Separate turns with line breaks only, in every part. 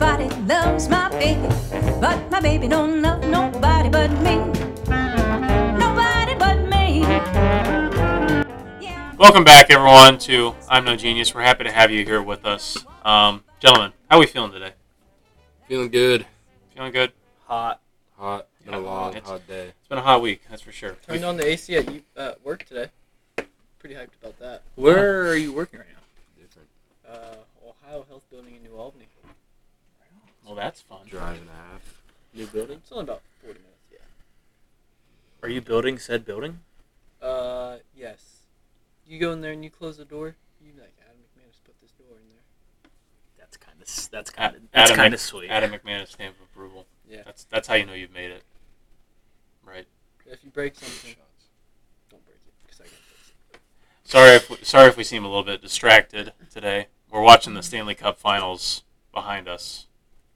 loves my baby, but my baby don't love nobody but me. Nobody but me. Yeah.
Welcome back, everyone, to I'm No Genius. We're happy to have you here with us. Um, gentlemen, how are we feeling today?
Feeling good.
Feeling good? Hot.
Hot. Been a
Yeah,
long,
it's-
hot day.
It's been a hot week, that's for sure.
Turned on the AC at you- uh, work today. Pretty hyped about that.
Where are you working right now?
Different.
Uh, Ohio Health Building in New Albany.
Well, that's fun.
Drive and a half.
New building?
It's only about 40 minutes, yeah.
Are you building said building?
Uh, yes. You go in there and you close the door. You like Adam McManus put this door in there.
That's kind of that's
A-
kind of that's
Adam
kind of
Mc-
sweet.
Adam McManus stamp of approval.
Yeah.
That's that's how you know you've made it. Right.
If you break something, don't break it because I can fix it.
Sorry if we, sorry if we seem a little bit distracted today. We're watching the Stanley Cup Finals behind us.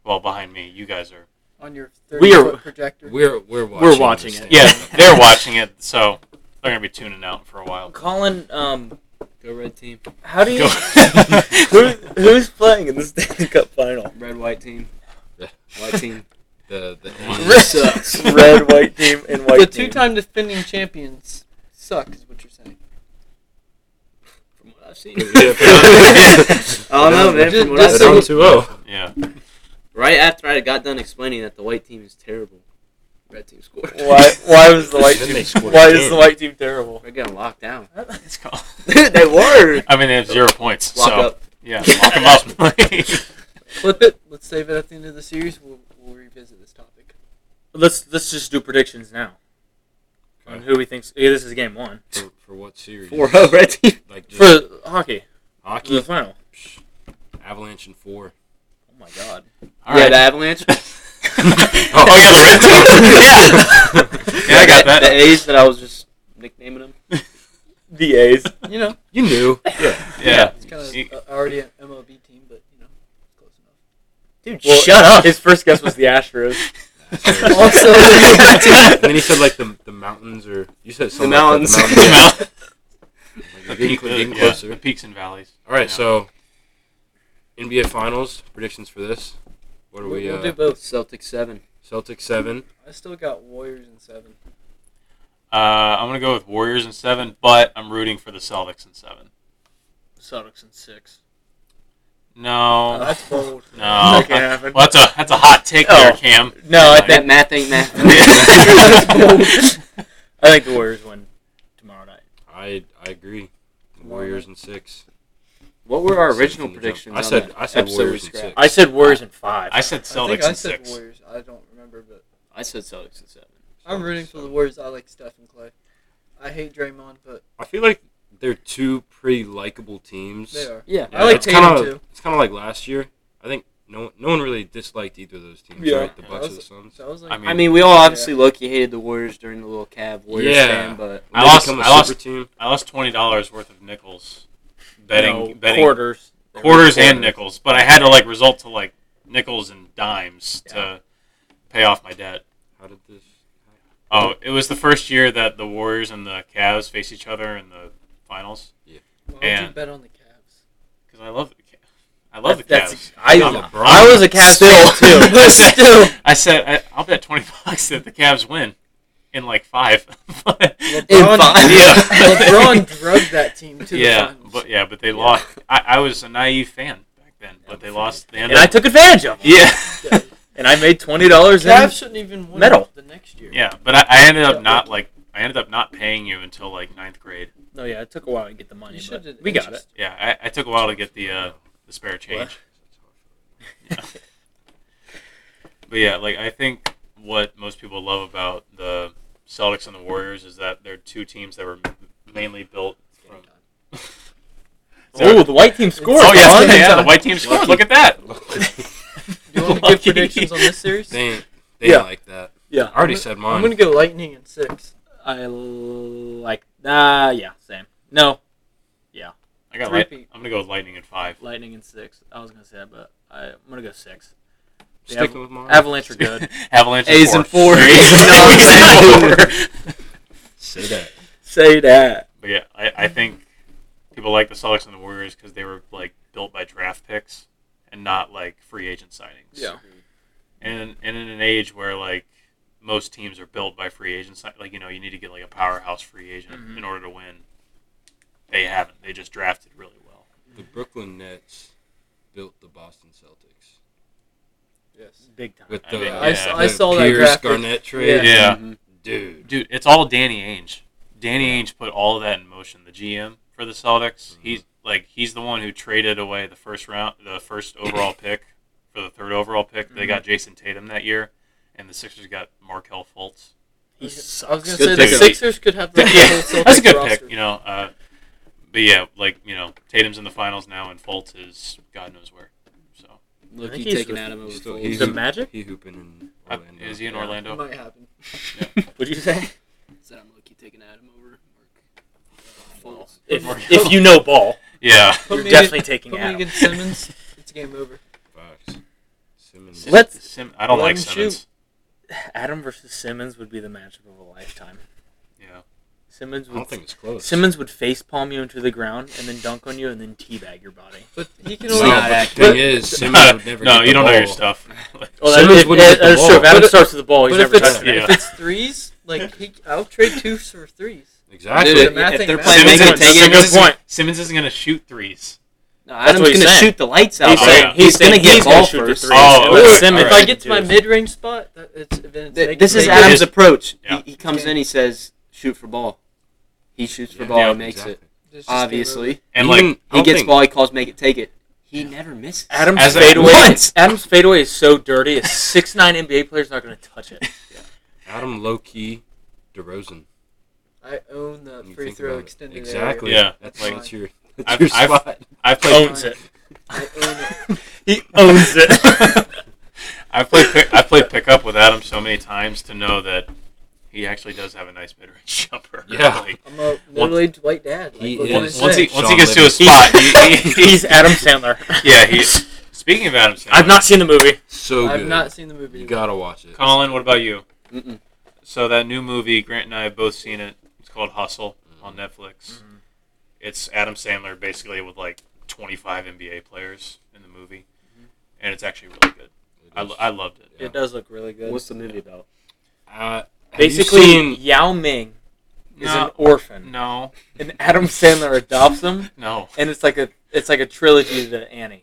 Well, behind me. You guys are.
On your 30
We are-
foot projector.
We're we're watching.
We're watching it.
Yeah, they're watching it, so they're gonna be tuning out for a while.
Colin, um,
Go red team.
how do
Go.
you who, who's playing in the Stanley Cup final?
Red white team.
White team. The the
Red
Indians.
sucks.
Red, white team, and white
the
team.
two time defending champions suck, is what you're saying.
From what I've seen.
Yeah, from-
I don't know, man. From what I've
They're down
seen.
2-0.
Yeah.
Right after I got done explaining that the white team is terrible, red team scored.
Why? Why was the white
Then they
team?
scored
Why
two.
is the white team terrible?
I got locked down.
It's called-
they were.
I mean, they have zero points.
Lock
so
up.
yeah, lock them up.
Flip it. Let's save it at the end of the series. We'll, we'll revisit this topic.
Let's let's just do predictions now. On who we thinks yeah, this is game one
For, for what series?
4-0 oh, red team.
Like just
for hockey. The
hockey.
final.
Psh, Avalanche and four.
Oh my god.
All
yeah,
right.
the Avalanche.
oh, oh, yeah, the red team. yeah. yeah, I got
The
that.
A's that I was just nicknaming them.
The A's.
You know,
You knew. Yeah.
Yeah.
it's kind of
You-
uh, already an MLB team, but, you know, it's close enough.
Dude,
shut up.
His first guess was the Astros.
Also-
and then he said like the the mountains or you said something like
mountains.
that,
The
the mountains.
mouth-
Like,
the,
you're getting,
peak-
cl-
the-
getting
yeah,
closer.
the peaks and valleys.
All right,
Yeah.
so NBA Finals predictions for this. What are
We'll,
we?
we'll
uh,
do both.
Celtics seven.
Celtics seven.
I still got Warriors in seven.
Uh, I'm gonna go with Warriors in seven, but I'm rooting for the Celtics in seven.
Celtics in six.
No,
Oh, that's bold.
Oh, no.
that can't happen.
Well, that's a that's a hot take there,
Oh.
Cam.
No, I
That
think
math ain't math.
I think the Warriors win tomorrow night.
I I agree. Warriors and six.
what were our
Celtics
original
in the
predictions?
top. I
on
said
that
I said
episode we
Warriors and
scrapped?
six.
I said Warriors in five.
I said
I think
Celtics
I
in
said
six.
Warriors. I don't remember, but
I said Celtics in seven.
I'm
Celtics
rooting for the
seven.
Warriors. I like Steph and Clay. I hate Draymond, but
I feel like they're two pretty likable teams.
they are.
Yeah.
I like
it's kinda,
Tatum, too.
It's kind of like last year. I think no one, no one really disliked either of those teams.
Yeah.
right? The
Yeah.
Bucks or
That
the
was-
Suns.
So I was like,
I mean,
I mean, we all obviously low-key hated the Warriors during the little Cav Warriors
Yeah.
fan, but
I
They
lost-
become a
I lost-
super team.
I lost twenty dollars worth of nickels, betting
No,
betting
quarters.
quarters and nickels, but I had to like resort to like nickels and dimes to pay off my debt.
How did this?
Oh, it was the first year that the Warriors and the Cavs face each other in the finals
why would you
and-
bet on the Cavs?
because I love the Ca- I love the Cavs.
That's, I,
I'm
a
I was a Cavs fan too.
I
But
said,
still,
I said I, I'll bet twenty bucks that the Cavs win in like five. But-
LeBron,
five.
LeBron drugged that team to
yeah,
the finals.
but yeah, but they lost. I, I was a naive fan back then, but they lost. They
and
ended
I
up,
took advantage of them.
yeah,
Yeah.
And I made twenty dollars.
Cavs shouldn't even win
Medal.
the next year.
yeah, but I, I ended up not like I ended up not paying you until like ninth grade.
No, Oh, yeah, it took a while to get the money,
You
but
should.
we got it.
Yeah, I, I took a while to get the uh, the spare change, but yeah, like I think what most people love about the Celtics and the Warriors is that they're two teams that were mainly built from.
Oh, the white team scored.
Oh yeah,
Colin.
yeah, yeah, the white team scored. Look at that.
Do you want to give
Lucky.
predictions on this series?
They ain't, they
Yeah.
ain't like that.
Yeah.
I already said mine.
I'm gonna go Lightning in six.
I like. Ah, yeah, same. No,
I got.
Three
Light, I'm
peat.
gonna go with Lightning in five.
Lightning in six. I was gonna say that, but I, I'm gonna go six. The
Sticking
Aval-
with mine.
Avalanche are good.
Avalanche
A's
in
and
four.
four.
A's in four.
Say that.
Say that.
But yeah, I, I think people like the Celtics and the Warriors because they were like built by draft picks and not like free agent signings.
Yeah.
and and in an age where like most teams are built by free agents, like like, you know you need to get like a powerhouse free agent
Mhm.
in order to win. They haven't. They just drafted really well.
The Brooklyn Nets built the Boston Celtics
Yes.
Big time. Mm-hmm.
with
I
the,
mean,
uh,
I s-
the
I
saw that
Pierce
graphic.
Garnett trade.
Yeah.
Mhm.
dude.
Dude, it's all Danny Ainge. Danny Ainge put all of that in motion. The GM for the Celtics,
Mhm.
he's like he's the one who traded away the first round, the first overall pick for the third overall pick. They got Jason Tatum that year, and the Sixers got Markel Fultz.
I
He
was
sucks.
gonna
Good
say
pick.
the Sixers could have the whole
yeah,
Celtics
that's a good
roster.
pick, you know. Uh, but yeah, like you know, Tatum's in the finals now, and Fultz is God knows where. So
Look,
think
you
he's
taking
with-
Adam over
he's still-
Fultz.
he's
The Magic?
He hooping in
I-
Orlando.
uh, is he in
Yeah.
It
Orlando?
might happen.
Would you say?
Said I'm low-key taking Adam over Mark Fultz.
If,
Mark-
if you know ball,
Yeah,
Put
you're
me
definitely
against-
taking
put me
Adam.
against Simmons. It's game over.
Fox. Simmons.
Let's-
Sim, I don't
Let
like
him shoot.
Simmons.
Adam versus Simmons would be the matchup of a lifetime.
Yeah,
Simmons
I
would
don't think it's close.
Simmons would face palm you into the ground and then dunk on you and then teabag your body.
But he can
No,
only.
Wow. not
but the
accurate.
thing is, Simmons would never.
no,
get
you
the
don't know your
ball.
stuff.
Oh,
that- Simmons if- wouldn't if- get the that's ball. true. If
that's true. If
Adam
Adam
But-
starts with the ball, he's
But if
never
it's
touching
touched it.
if it's threes, like he, I'll trade two for threes.
Exactly.
Dude,
Dude,
math
if
ain't
they're
math.
playing
Simmons
make
is- that's a good
Tatum,
point.
Simmons isn't gonna shoot threes.
no,
That's what
Adam's
he's
gonna
saying.
shoot the lights out.
He's
Oh,
bro.
saying
yeah.
he's gonna get
ball
ball
first.
first.
Oh,
But
okay.
Simmons,
If I get to my mid range spot, that, it's then it's
Th-
make-
this is
make-
Adam-
Adam's approach.
Yeah.
He, he comes in, he says, "Shoot for ball." He shoots for
Yeah.
ball
Yeah,
and makes it.
Exactly.
It's just game
Obviously,
And
Even-
like,
I
he
don't
gets
think-
ball. He calls, "Make it, take it." He never misses.
Adam's
As a-
fadeaway.
Once.
Adam's fadeaway is so dirty. A six nine NBA player's not gonna touch it.
Adam low key, DeRozan.
over. I own the
When you
free
think
throw
about it.
extended
Exactly.
area. Yeah.
That's,
Like-
that's your, that's
I've-
your
I've-
spot.
I played.
Owns it.
area. I own it.
He owns it.
I played. Pick, I played pickup with Adam so many times to know that he actually does have a nice mid-range jumper.
Yeah.
Like,
I'm a middle-aged white dad. Like,
He
what can I
once,
is-
say?
once he
Sean
once he gets to a
Livingston.
spot, he, he,
he's Adam Sandler.
yeah. He's speaking of Adam. Sandler,
I've not seen the movie.
So
I've
good.
not seen the movie.
you gotta watch it.
Colin, what about you?
Mm-mm.
So that new movie, Grant and I have both seen it. It's called Hustle
Uh,
on Netflix. It's Adam Sandler basically with like 25 NBA players in the movie, and it's actually really good. I, lo- I loved it.
Yeah.
It does look really good.
What's the movie about?
uh, have you
Basically,
seen-
Yao Ming is an
No,
orphan,
no,
and Adam Sandler adopts him,
no.
and it's like a it's like a trilogy to Annie.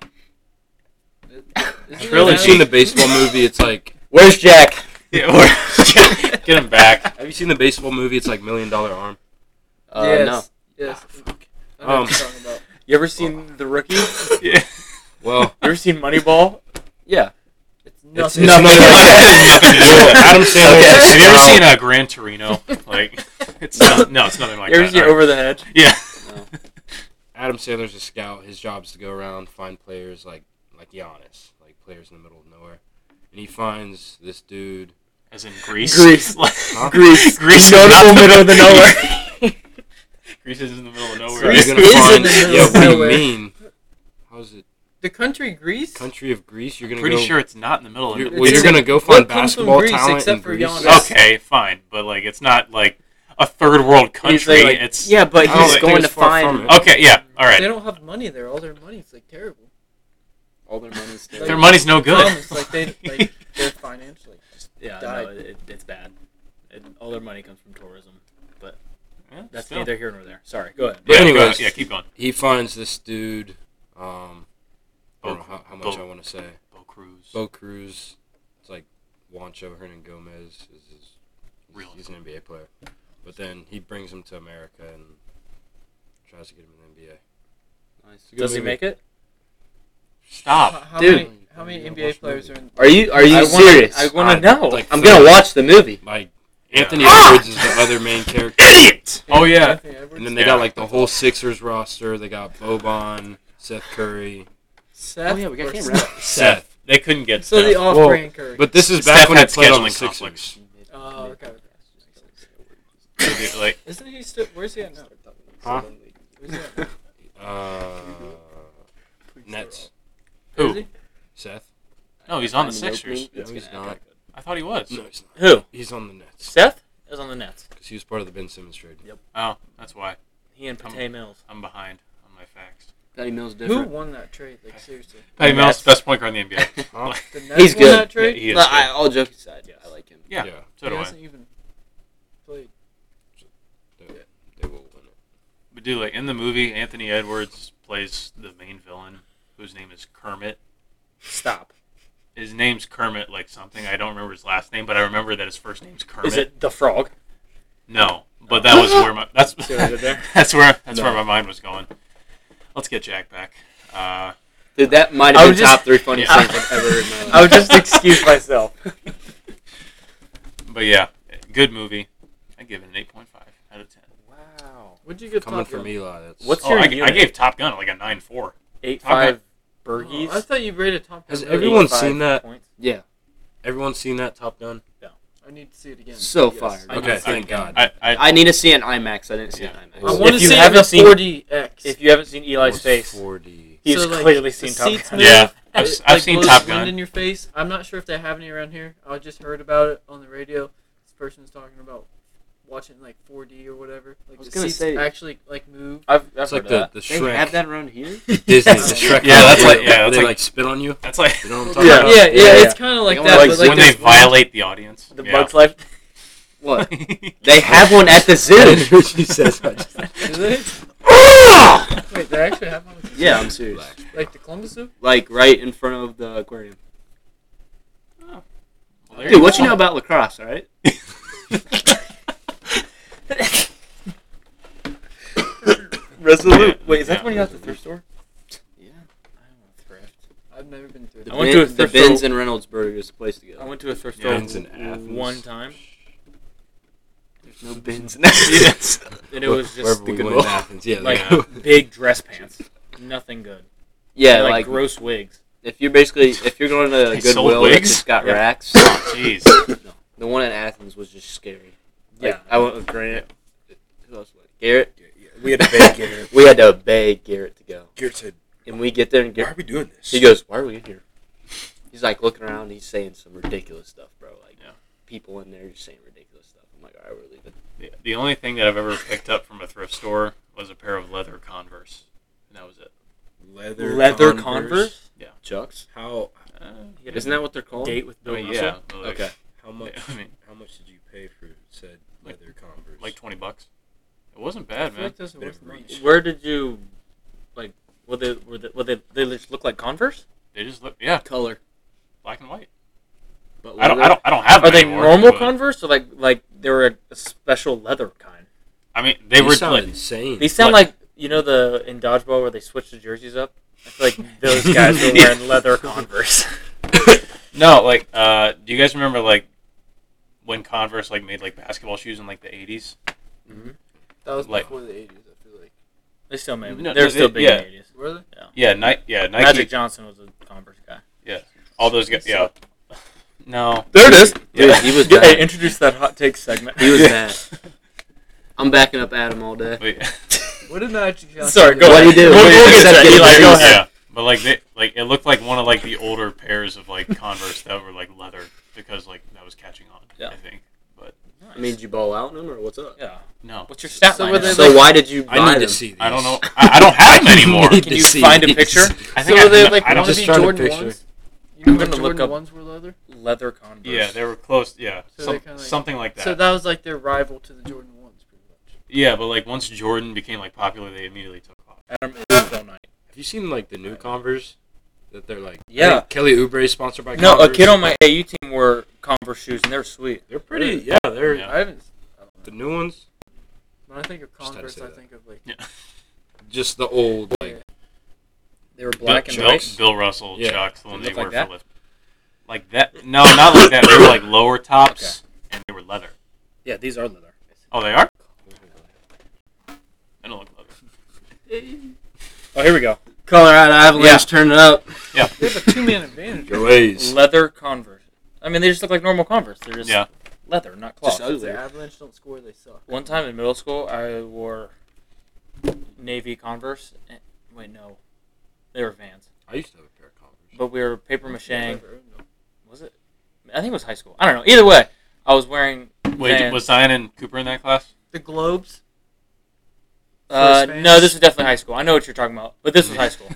Isn't it
have you
Really?
Adam-
seen the baseball movie? It's like
Where's Jack?
Yeah, we're- get him back.
have you seen the baseball movie? It's like Million Dollar Arm.
Uh,
yes. Yes. I know
Um,
what you're talking about.
You ever seen The Rookie? You
Yeah.
Well,
ever seen Moneyball?
Yeah.
It's
it's,
nothing.
it's nothing.
uh,
nothing.
nothing to do with it. Adam Sandler.
Okay.
Have you ever
Wow.
seen a Gran Torino? Like, it's not, no, it's nothing like
you ever
that.
seen
All right.
Over the Hedge?
Yeah.
Adam Sandler's a scout. His job is to go around find players like like Giannis, like players in the middle of nowhere, and he finds this dude.
As in Greece.
Greece.
Like-
Huh?
Greece.
Greece is
Notable
not-
middle of the nowhere.
Greece is in the middle of nowhere.
You're
Greece
gonna
is in
find-
the middle
yeah,
of
what do you
nowhere.
mean? How's it?
The country Greece.
Country of Greece. You're gonna
Pretty
go.
sure it's not in the middle of
You're,
nowhere.
well,
It's
you're
in-
gonna go
what
find
comes from
basketball
Greece
talent
except
in
for
Greece.
Giannis?
Okay, fine, but like it's not like a third world
He's
country.
like- like-
it's
Yeah, but
I don't
he's
think
going
it's
to
far from
find
it.
okay, yeah, all
They
right.
don't have money there. All their money's like terrible.
all their money's there.
Their money's no good.
Promise, like they like they're financially.
Yeah,
Died.
no, it, it- it's bad. It, all their money comes from tourism.
Yeah,
That's
still.
neither here nor there. Sorry, go ahead.
Yeah,
But
go-
anyways.
yeah, keep going.
He finds this dude. Um, I don't know how, how much
Bo-
I want to say.
Bo Cruz.
Bo Cruz. It's like Juancho Hernan Gomez is his.
Real
He's an NBA player, but then he brings him to America and tries to get him in the NBA.
Nice.
It's a good
Does he
movie.
make it?
How,
Stop.
how
Dude.
many how many NBA players are in?
Are you are you
I wanna-
serious?
I want
I-
to know.
like-
I'm gonna watch the movie.
Like
Yeah.
Anthony
Ah!
Edwards is the other main character,
Idiot.
Oh yeah.
Anthony Edwards?
and then they got like the whole Sixers roster. They got Boban, Seth Curry,
Seth.
Oh, yeah, we got
or
Cam
Steph.
Seth.
They couldn't get
So the
Steph.
off brand Curry.
But this is
Steph
back when he
had
played on the
scheduling
Sixers.
conflicts.
Oh, okay. okay.
They- like
Isn't he still? Where's he at now?
Huh?
Where's he at now?
Uh, Nets.
Who?
Is he?
Seth.
no, he's on the Sixers.
No, he's not.
I thought he was.
No, he's not.
Who?
He's on the Nets
Seth is on the Nets.
because he was part of the Ben Simmons trade.
Oh, that's why
He and
I'm-
Pate Mills.
I'm behind on my facts.
Patty Mills
Who
different.
won that trade? Like seriously,
Patty
The
Mills,
Nets-
best point guard in the NBA.
Huh?
the Nets
He's
won
good.
that trade.
He is
But I,
good.
all jokes aside,
Yes.
I like him.
Yeah. So do
he
I.
hasn't even played.
They will win it.
But dude, like in the movie, Anthony Edwards plays the main villain, whose name is Kermit.
Stop.
His name's Kermit, like something. I don't remember his last name, but I remember that his first name's Kermit.
Is it the frog?
No, but that was where my that's
See what I did there?
that's where that's
No.
where my mind was going. Let's get Jack back. Uh,
Dude, that might
I
have
would
been
just-
top three funniest
Yeah.
things I've ever heard in my life.
I would just excuse myself.
but yeah, good movie. I give it an eight point five out of ten.
Wow.
What'd you get
Coming
Top
from
Gun?
Eli, that's
What's-
Oh,
your
I, I
unit?
gave Top Gun like a nine four.
Eight
Top Gun.
five
Oh,
burgies.
I thought you rated Top Gun.
Has
really
everyone
high.
seen that?
Points.
Yeah.
everyone seen that Top Gun?
I need to see it again.
So fired.
I
I
Okay,
need to see
thank
it.
God.
I, I,
I need to see an IMAX. I didn't see an
Yeah.
I
IMAX.
Well,
want
if
to
you
see it
haven't
in
seen-
4DX.
If you haven't seen Eli's
What's
face,
4D.
he's
So, like,
clearly
the
seen Top
seats
Gun.
move,
Yeah. I've
it,
s- I've
like,
seen
blows
Top
wind
Gun.
in your face. I'm not sure if they have any around here. I just heard about it on the radio. This person's talking about watching like 4D or whatever. Like
was
the
gonna
seats
say-
actually like move.
I've, I've
It's
heard
like the,
of
the
They have
Shrek.
that around here?
Disney, the
Yes.
Shrek.
Yeah, that's like-
where
yeah, that's
they
like-
like spit on you.
that's like
You know what I'm
Yeah.
talking about?
yeah,
yeah,
it's kind of like
Like
that.
when-
but
like
like
when they
this one-
violate the audience.
that. The
yeah.
Bugs Life.
What? They have one at the zoo.
she says, I just-
Is it? Wait, they actually have one.
yeah, I'm serious.
Like the Columbus Zoo?
Like right in front of the aquarium.
Well, there
Dude, what you know about lacrosse, all right?
Resolute. Wait, is that
Yeah.
when you got the thrift store?
Yeah.
I don't want to thrift.
I've never been through.
The,
I
That.
went
Ben-
to a
the
thrift
Benz
store-
and Reynoldsburg is the place to
I
go.
went to a thrift
Yeah,
store
it's in Athens.
one time,
There's no Benz in Athens.
and it was just
Wherever
the
we
good
went in Athens, yeah,
Like,
there you go.
big dress pants. Nothing good.
yeah,
And, like,
like
gross wigs.
if you're basically if you're going to
They sold
Goodwill that's
wigs?
just got
Yeah.
racks,
Jeez.
the one in Athens was just scary. Like,
Yeah,
I went with Grant. Who else went? Garrett.
We had to beg Garrett.
We had to beg Garrett to go,
Garrett said,
and we get there and
"Why are
Garrett,
we doing this?"
he goes, "Why are we in here?" He's like looking around. He's saying some ridiculous stuff, bro. Like
Yeah.
people in there just saying ridiculous stuff. I'm like, all right, we're leaving.
The- The only thing that I've ever picked up from a thrift store was a pair of leather Converse, and that was it.
"Leather,
leather Converse.
Chucks.
How
Uh,
He had a
Isn't that what they're called?
date with
I
Bill
mean,
Russell.
Oh, yeah. but, Like,
Okay.
how much
I mean,
how much did you pay for said
Like-
leather Converse?
like twenty bucks. It wasn't bad,
I feel
man.
like those are
Bit
worth
of
the money.
reach.
Where did you, like, were they were they, were they, they just look like Converse?
They just look, yeah,
Color.
black and white.
But
I don't, I
leather.
don't, I don't have.
Are
them
they
anymore,
normal
but-
Converse or like like they were a, a special leather kind?
I mean, they
You
were
sound
like,
insane.
They sound
Like-
like you know the in dodgeball where they switch the jerseys up. I feel like those guys were wearing leather Converse.
no, like, uh, do you guys remember like when Converse like made like basketball shoes in like the eighties?
That was
Like-
before the 80s, I feel like.
They still made.
No,
They're
no,
still
they-
big
yeah.
in the 80s.
Were they?
Yeah, Nike. Yeah, Nike.
Magic Johnson was a Converse guy.
All those guys. Yeah. No.
There it is.
Dude, he was
Hey,
bad.
introduce that hot take segment.
He was bad. I'm backing up Adam all day.
But, yeah.
What did Magic Johnson
Sorry, go
What
ahead.
do you do?
We'll,
What do you
we'll
do?
get to that,
Except
Eli.
get
Go
lazy.
ahead.
Yeah, but like they, like it looked like one of like the older pairs of like Converse that were like leather because like that was catching on.
Yeah.
I think, but
I mean, did you ball out on him or what's up?
yeah.
no,
What's your stat
So
line?
were they
So
like-
why did you buy
I need
them?
to see these.
I don't know. I, I don't have them anymore.
Need
Can
to
you
see
find a
these.
picture?
I
So
think
were
I,
they like
I don't.
wanna
just
be
trying to
Jordan
picture.
ones? You know
I'm
when
gonna look
Jordan
up-
ones were leather?
leather Converse.
Yeah, they were close. Yeah,
So
some,
they kinda like-
something like that.
So that was like their rival to the Jordan ones, pretty much.
yeah, but like once Jordan became like popular, they immediately took off.
Adam is so nice.
Have you seen like the new Converse that they're like? I
Yeah.
think Kelly Oubre is sponsored by.
No, uh, a
Converse.
kid on my AU team wore Converse shoes, and they're sweet.
They're pretty. Yeah, they're
Yeah.
I haven't. I don't
the
know.
new ones.
When I think of
Just had to
Converse,
say
I
that.
think of like.
Just the old like.
They were
Bill,
black and
Bill,
white.
Bill Russell
Yeah.
chucks the one
They
they
look
wore
like that?
for lift. Like that? No, not like that. They were like lower tops, and they were leather.
Yeah, these are leather.
Oh, they are. They don't look leather.
Oh, here we go.
Colorado Avalanche, turn it up.
They have a two man advantage.
Your ways.
Leather Converse. I mean, they just look like normal Converse. They're just
Yeah.
leather, not
Just
cloth.
ugly.
The Avalanche don't score, they suck.
One time in middle school, I wore navy Converse. and- Wait, no, they were Vans.
I used to have a pair of Converse.
Oh.
But we were paper mache.
Whatever, I don't know.
Was it? I think it was high school. I don't know. Either way, I was wearing
Wait,
Vans.
was Zion and Cooper in that class?
The Globes.
Uh,
First
no,
fans?
this is definitely high school. I know what you're talking about, but this was high school.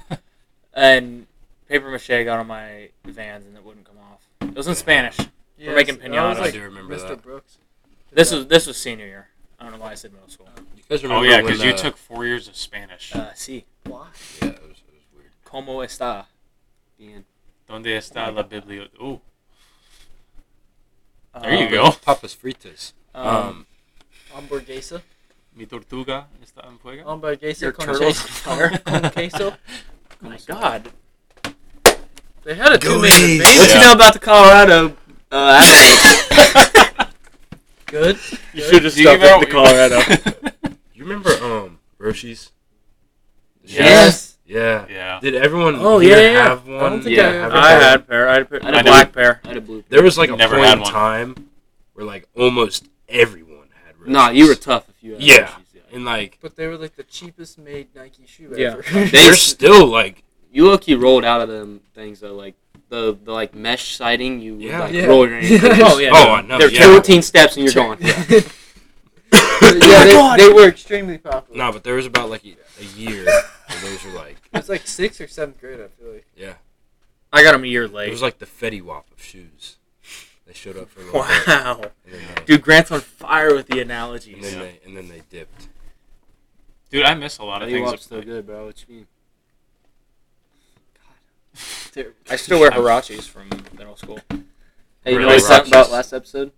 And paper mache got on my vans and it wouldn't come off. It was in Spanish.
Yes,
making
that
pinatas.
was,
I
like,
do remember
Mr.
that.
Brooks. did
This
that.
was this was senior year. I don't know why I said middle school.
You guys
Oh
remember
yeah,
when,
because you
uh,
took four years of Spanish.
Uh, sí.
Why?
Yeah, it was, it was weird.
Como está?
Ian.
Donde está la biblioteca? Oh,
Um,
there you go.
Papas fritas.
Um,
Um,
Hamburguesa.
Mi tortuga está en fuego.
Hamburguesa
Your
con
turtle's
queso.
on fire.
Con queso.
oh my God.
They had a
Gooey.
two-minute
Hey, what
video.
Yeah.
you know about the Colorado uh, avalanche?
Oh.
Good.
you
should
have
You give out-
you remember um Roshi's?
Yes.
Yeah.
yeah.
Did everyone
Oh,
here
yeah, yeah, yeah.
have
I
one?
don't think
Yeah,
I, ever
I had a pair. I had a pair.
I did.
a black pair.
I had a blue.
There was like a
Never
point
had
in
one.
time where like almost everyone had Roshi's.
Nah, you were tough if you had
Yeah.
issues,
and like
But they were like the cheapest made Nike shoe
Yeah.
ever.
They-
they're still like
You low key rolled out of them things though, like the the like mesh siding. You would,
Yeah.
like
Yeah.
roll your ankle.
Oh yeah.
oh I know
There are
yeah.
14 steps and you're gone.
yeah, they, they were extremely popular.
No, but there was about like a, a year where those were like
It was like sixth or seventh grade, I feel like.
yeah.
I got them a year
It
late.
was like the Fetty Wap of shoes. They showed up for a little bit,
Wow.
and then they,
Dude, Grant's on fire with the
and
analogies.
then they and then they dipped.
Dude, I miss a lot of
Fetty
things.
Wap's still good, bro. What you mean?
I still wear Hirachis from middle school.
Hey, you
Really
know what I was talking about
righteous.
last episode?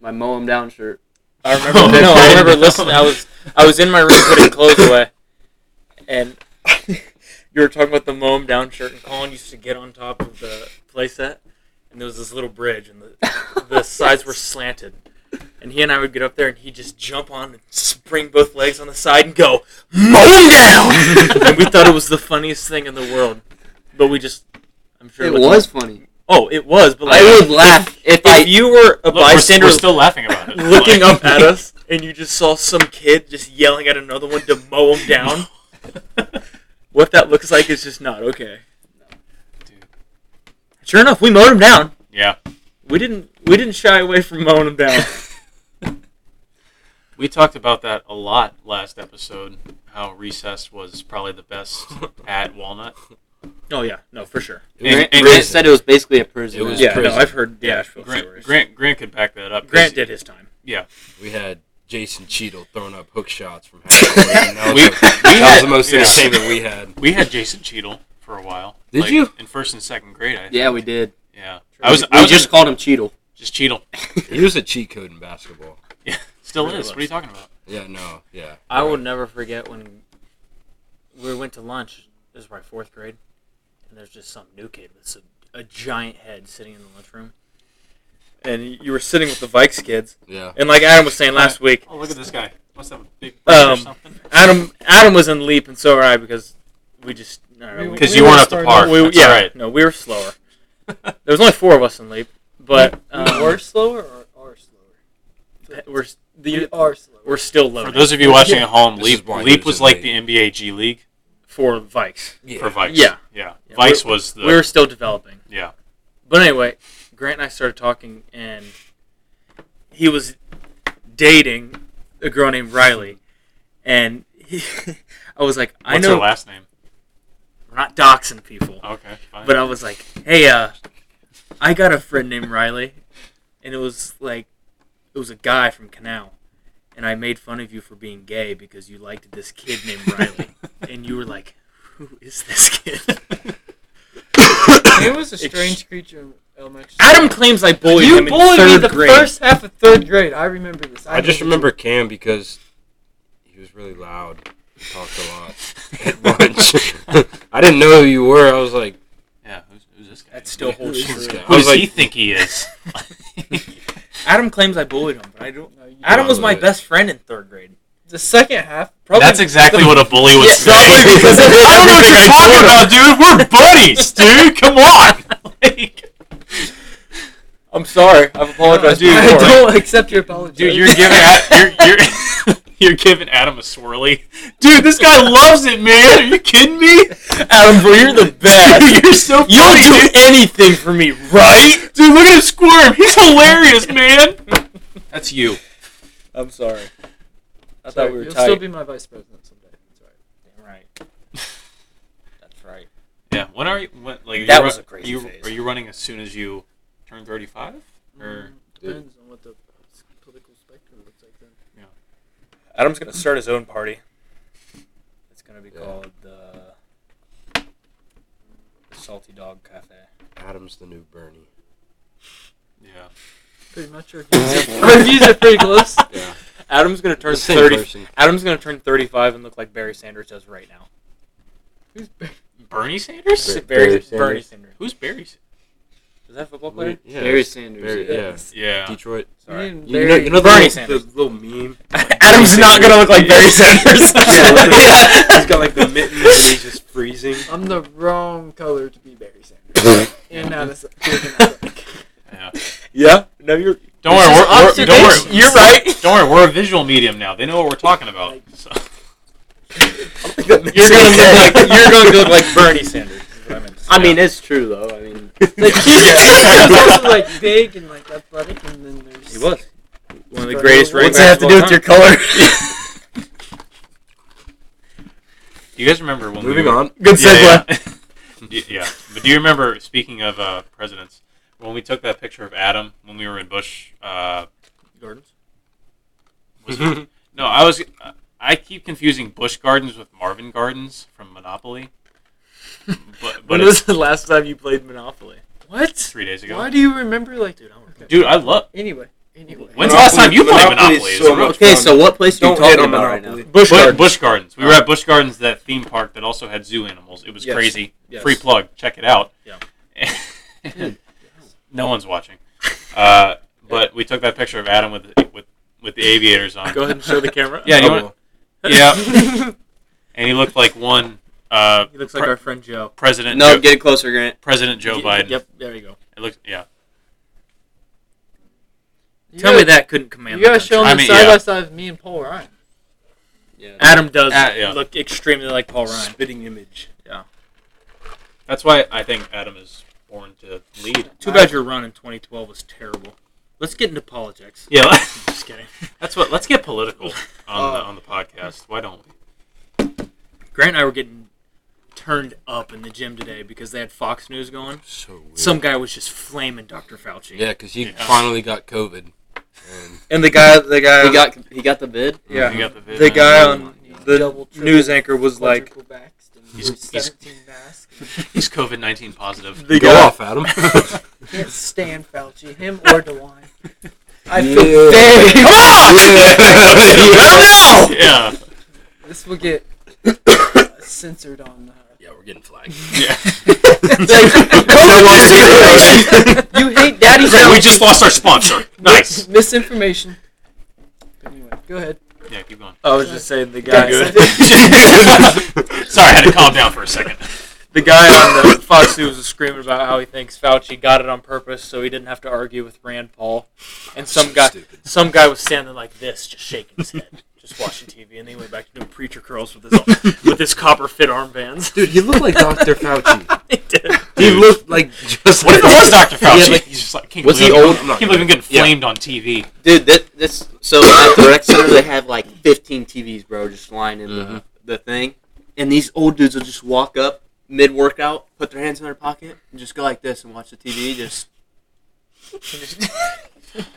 My mow 'em down shirt.
I remember.
Oh,
no, I
man.
remember listening. I was I was in my room putting clothes away, and you were talking about the moam down shirt. And Colin used to get on top of the playset, and there was this little bridge, and the the sides were slanted. And he and I would get up there, and he'd just jump on and spring both legs on the side and go mow 'em down. and we thought it was the funniest thing in the world, but we just. I'm sure
It
looked
was
like-
funny.
oh, it was. But like,
I would laugh if
if
I.
you were a
Look, we're,
bystander
we're still laughing about it.
looking
Like,
up at us, and you just saw some kid just yelling at another one to mow him down. what that looks like is just not okay.
Dude.
Sure enough, we mowed him down.
Yeah.
We didn't. We didn't shy away from mowing him down.
We talked about that a lot last episode. How recess was probably the best at Walnut.
oh yeah, no for sure.
It was
Grant,
and-
Grant
prison.
said it was basically a prison.
It was
yeah, no,
prison.
I've heard the Asheville
Grant,
stories.
Grant Grant could back that up. 'cause
Grant did his time.
we had Jason Cheadle throwing up hook shots from half court, and that was,
We-
the, that was
had-
the most
yeah.
entertainment we had.
We had Jason Cheadle for a while.
Did you?
in first and second grade? I think.
Yeah, we did.
Yeah. I was.
We
I was
just
just
called him Cheetle.
just Cheadle.
He was a cheat code in basketball.
Still
Really
is. What are you
was.
talking about?
Yeah, no, yeah.
I will never forget when we went to lunch. This is my fourth grade, and there's just some new kid with some, a giant head sitting in the lunchroom. And you were sitting with the Vikes kids,
Yeah.
and like Adam was saying last week,
Oh, look at this guy. Must have a big brain or
Um,
something.
Adam Adam was in leap, and so were I because we just I don't know, we-
Because
we
you
were
weren't up to
starting
par.
we-
That's
yeah,
all right.
no, we were slower. there was only four of us in leap, but um,
we were slower or are slower?
we're s-
We
the,
are slower.
we're still
For
loaded
those of you watching at home,
This is
Leap
why he
Leap
was
was
in
like
late.
the NBA G League
for Vikes.
Yeah.
for Vice.
Yeah.
yeah.
Yeah,
Vice was the
We were still developing.
yeah.
But anyway, Grant and I started talking, and he was dating a girl named Riley, and he, I was like, I
What's her
know
last name?
we're not doxing people,
Okay, fine.
but I was like, hey, uh, I got a friend named Riley, and it was like, it was a guy from Canal, and I made fun of you for being gay because you liked this kid named Riley, and you were like, who is this kid?
It was a
Ex-
strange creature in elementary
Adam claims I bullied
You
him in
bullied me
third
the
grade.
first half of third grade. I remember this.
I just
did.
remember Cam because he was really loud. He talked a lot at lunch. I didn't know who you were. I was like,
yeah, who's, who's this guy?
That still holds
Who's this
true.
guy?
Who
I was
does
like,
he think he is?
Adam claims I bullied him, but I don't.
No, you
Adam was my
Probably.
best friend in third grade.
The second half, probably.
That's exactly what a bully would
Yeah,
say.
probably because it is
I don't know what you're talking about, dude. We're buddies, dude. Come on. Like,
I'm sorry. I've apologized.
Dude,
I
before.
don't accept your apology.
dude, you're giving Ad- you're you're you're giving Adam a swirly. Dude, this guy loves it, man. Are you kidding me?
Adam, bro, you're the best.
Dude, you're so funny.
You'll do
dude.
anything for me, right?
Dude, look at him squirm. He's hilarious, man. That's you.
I'm sorry. I
Sorry, You'll still be my vice president.
right. That's right.
Yeah. When are you? When, like
That
you
was
ru-
a crazy
you,
phase.
Are you running as soon as you turn thirty-five? Or
Mm, depends on what the s- political spectrum looks like then.
Adam's gonna start his own party. It's gonna be
Yeah.
called the, the Salty Dog Cafe.
Adam's the new Bernie.
yeah.
Pretty much, or reviews are pretty close.
Yeah.
Adam's gonna turn
The same
thirty.
person.
Adam's gonna turn thirty-five and look like Barry Sanders does right now.
Bernie Sanders?
Barry- Barry
Barry, Bernie
Sanders.
Sanders.
Who's Barry? Sa-
Is that a football player?
Wait, yeah.
Barry Sanders.
Barry- yeah.
Yeah.
Detroit.
Sorry.
You
You know, you know the
Bernie
little-
Sanders.
The little meme.
Adam's not gonna look like Barry Sanders.
he's got like the mittens and he's just freezing.
I'm the wrong color to be Barry Sanders. and not a s- good enough.
yeah.
yeah. No, you're.
Don't
It's
worry,
just
we're, we're, don't
observation.
worry.
You're right.
Don't worry, we're a visual medium now. They know what we're talking about. So.
You're gonna look like you're gonna look like Bernie Sanders. Is what I meant. to say.
I mean, it's true though. I mean,
He's also like big and like athletic, and then there's
He was.
one of
the greatest running
what's that have to do with your color?
You guys remember when we
Moving
were,
on.
Good
Yeah, yeah. Do- yeah. But do you remember speaking of uh, presidents when we took that picture of Adam when we were in Bush? Uh,
Gardens.
was it- no, I was. I keep confusing Bush Gardens with Marvin Gardens from Monopoly. But, but
When
it's
was the last time you played Monopoly?
what?
three days ago.
Why do you remember like
Dude, I don't remember.
Dude, I love.
anyway? Anyway,
When's the last time you played
Monopoly
Monopoly?
is
is
so
a real-
much
okay, so what place are you
Don't hit
talking
on
about right
Monopoly.
now?
Bush
Bush Gardens. Bush Gardens. We were at Bush Gardens, that theme park that also had zoo animals. It was
Oh. Yes.
crazy.
Yes.
Free plug. Check it out. Yeah. no one's watching. Uh, but we took that picture of Adam with with with the aviators on.
Go ahead and show the camera.
Yeah, you
Oh,
want, yeah. and he looked like one uh,
He looks like
Pre-
our friend Joe.
president.
No,
Joe,
get it closer, Grant.
President Joe
Y-
Biden.
Yep, there you go.
It looks yeah.
You
Tell
gotta-
me that couldn't command.
You gotta show
I
them
mean,
side
yeah.
by side of me and Paul Ryan.
Yeah.
Adam does
Ah, yeah.
look extremely like Paul Ryan.
Spitting image.
That's why I think Adam is born to lead.
Too bad your run in 2012 was terrible. Let's get into politics.
Yeah,
Just kidding.
that's what. Let's get political on the
Oh.
on the podcast. Why don't we?
Grant and I were getting turned up in the gym today because they had Fox News going.
So weird.
Some guy was just flaming Dr. Fauci.
Yeah, because he
Yeah.
finally got COVID. And
And the guy, the guy,
Um,
He got he got the bid.
Yeah.
You got the, vid,
the
man.
guy on the
Double, triple,
news anchor was like,
quadruple vaxxed and
He's- he's-
17 masks.
He's COVID nineteen positive.
the
go
guy,
off, Adam.
Can't stand Fauci, him or DeWine. I
Yeah.
feel bad.
yeah.
yeah.
This will get censored on.
yeah, we're getting flagged.
Yeah.
No one sees it.
The... You hate Daddy
Great, we
Jones.
just lost our sponsor. Nice.
Misinformation. Anyway, go ahead.
Yeah, keep going.
I was just saying the guy,
Good.
Sorry, I had to calm down for a second.
the guy on the Fox News was screaming about how he thinks Fauci got it on purpose so he didn't have to argue with Rand Paul, and some guy,
Stupid.
some guy was standing like this, just shaking his head, just watching TV, and then he went back to doing preacher curls with his with his copper fit armbands.
Dude, he looked like Dr. Fauci.
He did.
He looked like just
What if it
like-
was Dr. Fauci?
He had, like,
He's just like, can't
was he
believe-
old? I'm not
Can't
gonna-
believe I'm getting
Yeah.
flamed on TV.
Dude, that this so at the rec center they have like 15 TVs, bro, just lying in
Mhm.
the, the thing, and these old dudes will just walk up mid workout, put their hands in their pocket, and just go like this and watch the TV, just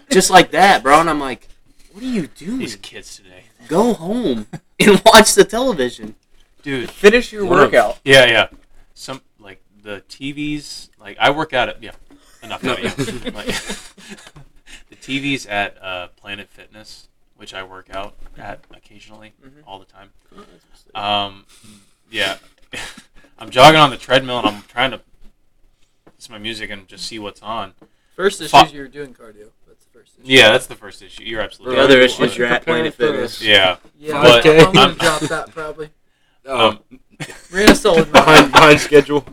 just like that, bro. And I'm like, what are you doing?
These kids today,
Go home and watch the television.
dude.
Finish your
One of-
workout.
Yeah, yeah. Some like the TVs. Like I work out at yeah. Enough
No.
about you. Like, the TVs at uh, Planet Fitness, which I work out at occasionally,
Mm-hmm.
Mhm.
all the time. Um, yeah, I'm jogging on the treadmill and I'm trying to. It's my music and just see what's on.
First issue
Fuck.
is you're doing cardio. That's the first issue.
Yeah, that's the first issue. You're absolutely
The
right.
other
Why
issues
you
you're at
preparing
Planet
for
Fitness.
this?
Yeah,
Yeah, I'm-
But-
I'm gonna
I'm-
drop that probably.
Um,
We're gonna sell it.
behind behind schedule.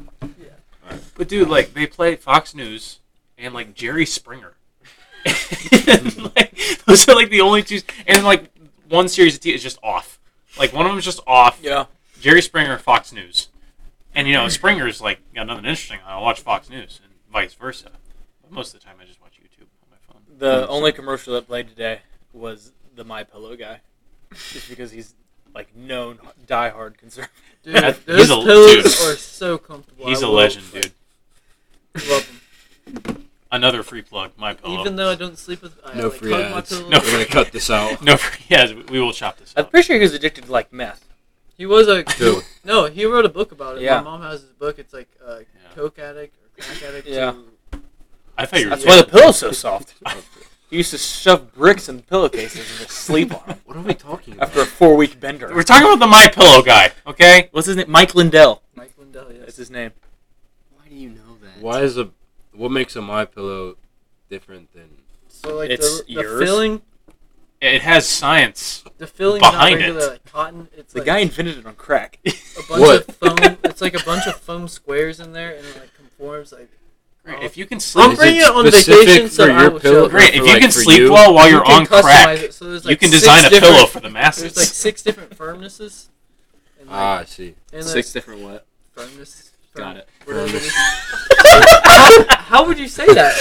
but dude, like they play Fox News and like Jerry Springer. And, like, those are like the only two, and like one series of T is just off. Like one of them is just off.
Yeah.
Jerry Springer, Fox News, and you know Springer's like got nothing interesting. I watch Fox News and vice versa. But most of the time, I just watch YouTube on my phone.
The only commercial that played today was the My Pillow guy, just because he's like known diehard conservative.
Dude,
That-
those
he's a-
pillows
dude.
are so comfortable.
He's
a
a legend, dude.
Love 'em.
Another free plug, my pillow.
Even though I don't sleep with, I
No
like,
free
hug my
ads.
pillow.
Oh. No
We're gonna cut this out.
no, yes, we will chop this
I'm
up.
pretty sure he was addicted to like meth.
He was a
Dude.
no. He wrote a book about it.
Yeah.
My mom has his book. It's like uh, coke addict or crack addict.
Yeah.
to-
I thought you were.
That's why the pillow's so soft. He used to shove bricks in pillowcases and just sleep on them
What are we talking about?
after a four week bender.
We're talking about the My Pillow guy, okay?
What's his name? Mike Lindell.
Mike Lindell. Yes.
That's his name.
Why do you know that?
Why is a what makes a my pillow different than
So like
It's
the, the
yours?
filling,
It has science.
the filling
Behind
not regular
it.
like, cotton. It's
The
like
guy invented it on crack.
a bunch
What?
of foam. It's like a bunch of foam squares in there, and it like conforms like.
Great, If you can
I'm
Is
sleep,
it
bringing it on
specific
vacation, so
for
I
your
will
pillow?
show.
great.
for,
If you
like,
can
for
sleep
you?
well while
You
you're
can
on
customize
crack,
it, so there's,
you
like,
can
six
design a
different-
pillow for the
There's
masses.
like six different firmnesses. And, like,
Ah, I see.
and, like,
Six different what?
firmness.
Got it.
whatever it is. how, how would you say that?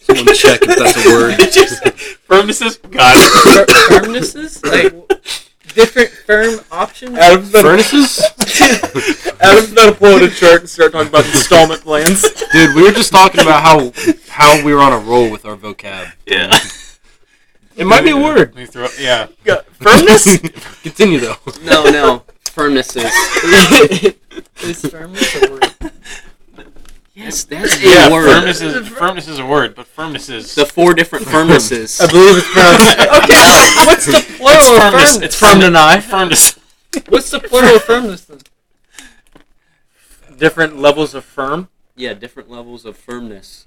Someone check if that's a word.
Firmnesses, got it.
Fir- firmnesses? Like w- different firm options?
Adam's not,
Furnaces?
Adam's not pulling a chart and start talking about installment plans.
Dude, we were just talking about how how we were on a roll with our vocab.
Yeah.
It might be a
Let
word.
me throw. Yeah.
Firmness?
Continue though.
No, no. Firmnesses.
Is firmness a word?
yes, that's a
Yeah.
word.
Firmness is firmness is a word, but firmness is
The four different firmnesses.
I believe it's pronounced.
Okay, what's the plural of
firmness.
firmness?
It's firm to knife. Firmness.
What's the plural of firmness then?
Different levels of firm.
yeah, different levels of firmness.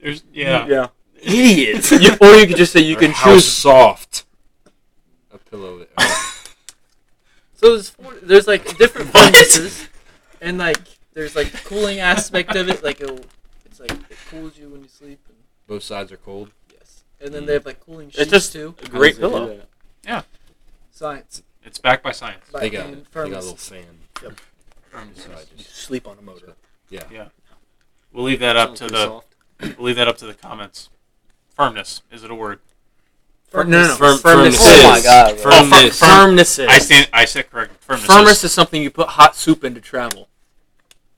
There's yeah.
Yeah.
Idiot.
You, or you could just say you can
How
choose
soft a pillow. uh, is.
So there's, four, there's like different firmnesses, and like there's like the cooling aspect of it. Like it'll, it's like it cools you when you sleep. And,
Both sides are cold.
yes, and then they have like cooling sheets
It's just
too.
a great pillow.
Science.
It's backed by science.
By
They got
being
it. They got a
firmness.
little fan.
Firmnesses.
Inside.
Sleep on a motor.
We'll leave that up to the. We'll leave that up to the comments. Firmness. Is it a word?
No, no, no.
Firm-
firmness.
firmness.
Oh my God, bro.
Oh, fir-
Firmness.
firm-
Firmness.
I stand. I said correct. Firmness.
Firmness is something you put hot soup into travel.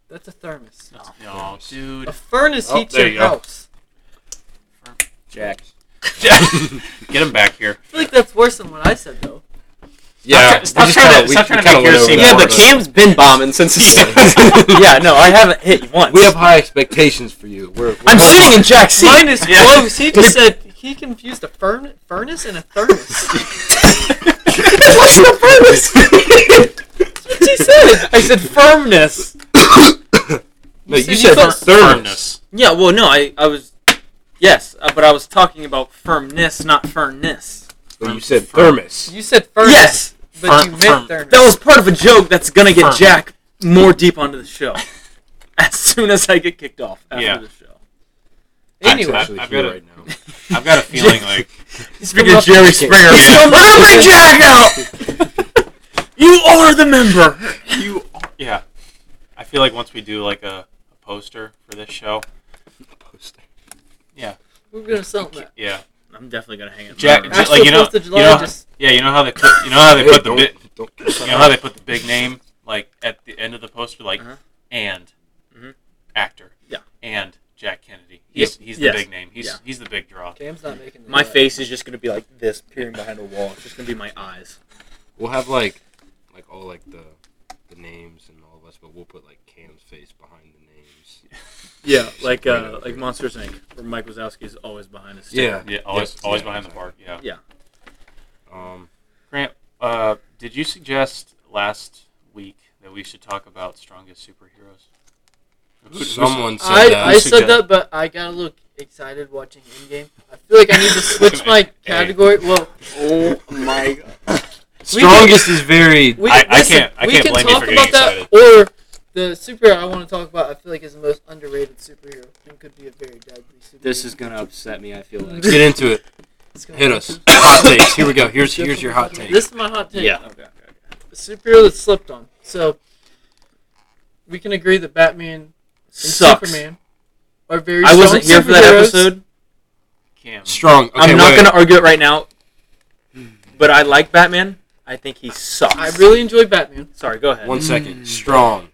That's a thermos.
Oh.
No,
A
dude.
furnace
Oh,
heats
there
your
you go.
house.
Jack.
Get him back here.
I feel like that's worse than what I said though.
Yeah,
Stop
we
trying
just
to-
kinda- we-
stop
we
trying to
kinda
make yours
went over
seem
that
Yeah,
more
one.
but Cam's been bombing since he started.
yeah, no, I haven't hit you once.
We have high expectations for you. We're, we're
I'm sitting in Jack's seat.
Mine is
Yeah.
close. He just said he confused a furn- furnace and a thermos.
What's the firmness? what you said. I said firmness.
No, you,
you
said
felt-
thermness.
Yeah, well, no, I, I was. Yes, uh, but I was talking about firmness, not firmness.
Oh, you said thermos.
you said furnace,
Yes!
but
Fir-
you
firm.
meant thermos.
That was part of a joke that's gonna get
Firm.
Jack more deep onto the show. As soon as I get kicked off after
Yeah.
the show.
anyway.
I-
Actually,
I've
here
got a-
right now.
I've got a feeling like
He's
Speaking of Jerry Springer,
Yeah.
bring Jack out! you are the member!
you. Yeah, I feel like once we do like a, a poster for this show,
We're gonna sell that.
yeah,
I'm definitely gonna hang it.
Jack,
Remember.
Jack- like you know,
Post of
you
July
know,
just-
yeah, you know how they put, you know how they
Hey,
put the
don't-
bit,
don't-
you know how they put the big name like at the end of the poster, like
Uh-huh.
and
Mhm.
actor,
Yeah.
and Jack Kennedy. He's he's the
Yes.
big name. He's he's the big draw.
Cam's not making the
My
cut.
face is just gonna be like this, peering behind a wall. It's just gonna be my eyes.
We'll have like, like all like the, the names and all of us, but we'll put like Cam's face behind the names.
Yeah, like
Right
uh,
over
like
it.
Monsters Inc., where Mike Wazowski is always behind us.
Yeah, always
Yes,
always
yeah,
behind the
exactly.
bar. Yeah.
Um,
Grant, uh, did you suggest last week that we should talk about strongest superheroes? Who-
someone said
I,
that.
I said
Suggest-
that, but I got a little excited watching Endgame. I feel like I need to switch my
Hey.
category. Well,
oh my god.
Strongest is very.
we,
I- I
listen,
can't- I
we
can't
can
blame you
talk
for getting
about that. Or the superhero I want to talk about, I feel like is the most underrated superhero and could be a very deadly superhero.
This is gonna upset me, I feel like.
Get into it.
It's gonna
Hit
be
us.
too-
Hot takes. Here we go. Here's here's your hot take.
This is my hot take.
Yeah.
Okay.
A superhero that slipped on. So we can agree that Batman and
Sucks.
Superman are very.
I
strong
wasn't here for that
superheroes.
episode.
Cam.
Strong. Okay,
I'm not
wait.
gonna argue it right now. But I like Batman. I think he sucks.
I really enjoy Batman.
Sorry, go ahead.
One second, strong.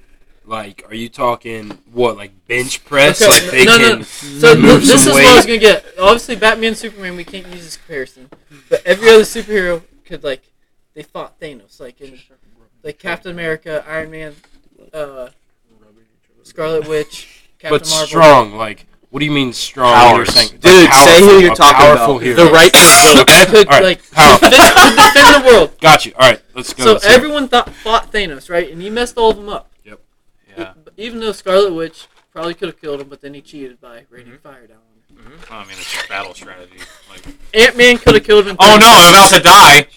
Like, are you talking what? Like bench press?
Okay,
Like they
no, no,
can.
So
Mm-hmm.
th-
Move
this is
some
what I was
weight.
gonna get. Obviously, Batman, Superman, we can't use this comparison, but every other superhero could like they fought Thanos, like in like Captain America, Iron Man, uh, Scarlet Witch, Captain
But
Marvel.
strong, like what do you mean strong? You're
Powers.
saying- like,
Dude, say who you're
a
talking
powerful
about.
Hero.
The right
Okay.
Could
All right.
like
Powerful.
defend, could defend the world.
Got you. All right. Let's go.
Oh,
So
Let's hear it.
everyone thought fought Thanos, right? And he messed all of them up.
Yeah.
Even though Scarlet Witch probably could have killed him, but then he cheated by raining
Mm-hmm.
fire down. on him.
Well, I mean, it's a battle strategy. Like,
Ant Man could have killed him. In
oh
30
no, I'm about
seconds.
to die.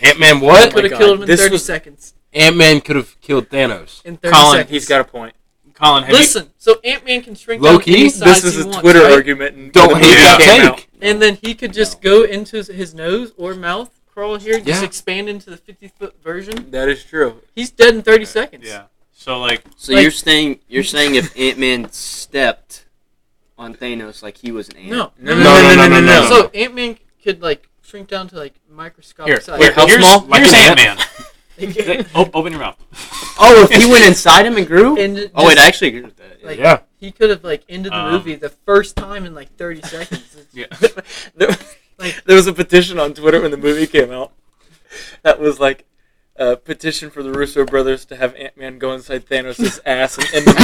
Ant-Man
Oh
Could
my
what?
have
God,
killed him in
this
thirty
was-
seconds.
Ant-Man could have killed Thanos.
In 30
Colin,
seconds.
he's got a point.
Colin, have
Listen, so Ant Man can shrink
Low
down
key,
any
this
size
This is
he
a
wants,
Twitter
right?
argument. and-
Don't
when the
hate
movie
that
came
take.
out.
And then he could just go into his- his nose or mouth, crawl here, just
Yeah.
expand into the 50 foot version.
That is true.
He's dead in 30
you?
seconds.
Yeah. So like,
So
Like-
you're saying you're saying if Ant Man stepped on Thanos like he was an ant?
No.
No,
no, no, no, no, no, no.
So Ant Man could like shrink down to like microscopic
here,
size.
wait, how
here's,
small?
Like
Here's
an
Ant Man. oh, open your mouth.
Oh, if he went inside him and grew?
and just,
oh wait, I actually agree with that.
Like-
yeah.
he could have like ended the
Uh.
Um,
movie the first time in like 30 seconds. It's-
Yeah.
there,
Like-
there was a petition on Twitter when the movie came out that was like a petition for the Russo brothers to have Ant Man go inside Thanos' ass and end the movie.